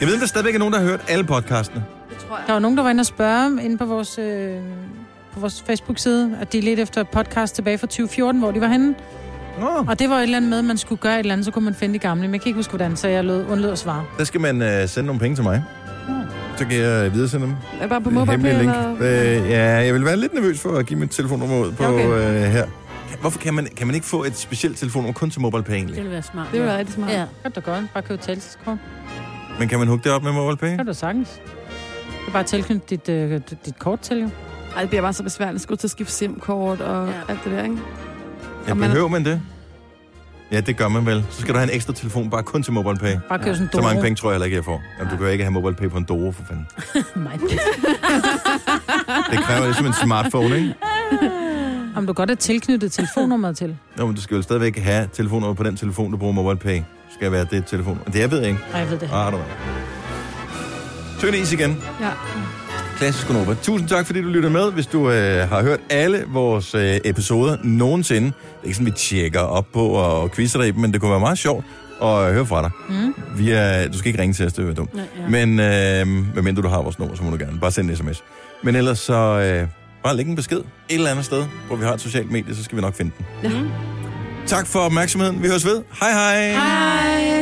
Jeg ved, om der stadigvæk er nogen, der har hørt alle podcastene.
Det tror jeg.
Der var nogen, der var inde og spørge om, inde på vores, øh, på vores Facebook-side, at de lidt efter podcast tilbage fra 2014, hvor de var henne.
Nå.
Og det var et eller andet med, at man skulle gøre et eller andet, så kunne man finde det gamle. Men jeg kan ikke huske, hvordan, så jeg lød, undlod at svare.
Der skal man øh, sende nogle penge til mig. Så kan jeg øh, videresende dem.
Er det bare på mobile
Hemmelig link.
eller...
Øh, ja, jeg vil være lidt nervøs for at give mit telefonnummer ud på
Okay.
okay. øh, her. Hvorfor kan man, kan man ikke få et specielt telefonnummer kun til MobilePay
Det
egentlig?
ville være smart.
Det var
ja.
rigtig smart.
Ja.
Kan du godt, bare købe talelseskort.
Men kan man hugge det op med MobilePay?
Kan du sagtens. Du bare tilknytte dit, øh, dit kort til, jo.
Ej, det bliver bare så besværligt. Skulle til at skifte SIM-kort og
Ja.
ja. alt det der, ikke?
Ja,
Og man-
behøver man det? Ja, det gør man vel. Så skal du have en ekstra telefon bare kun til MobilePay.
Bare købe sådan en
Så mange
Doro.
penge tror jeg heller ikke, jeg får. Jamen, du kan jo ikke have MobilePay på en Doro, for fanden.
Nej.
Det kræver ligesom en smartphone, ikke?
Om du godt er tilknyttet telefonnummeret til.
Nå, men du skal jo stadigvæk have telefonnummer på den telefon, du bruger MobilePay. Skal være det telefon. Det jeg ved jeg ikke.
Nej, jeg ved det.
Ah, du Tønde is igen.
Ja.
Klassisk Gunova. Tusind tak, fordi du lytter med. Hvis du øh, har hørt alle vores øh, episoder nogensinde, det er ikke sådan, vi tjekker op på og quizzer dig, i dem, men det kunne være meget sjovt at høre fra dig. Mm. Vi er, du skal ikke ringe til os, det er dumt.
Nej, ja.
Men øh, medmindre du har vores nummer, så må du gerne bare sende en sms. Men ellers så øh, bare læg en besked et eller andet sted, hvor vi har et socialt medie, så skal vi nok finde den.
Ja.
Tak for opmærksomheden. Vi høres ved. Hej hej. hej.
Hej.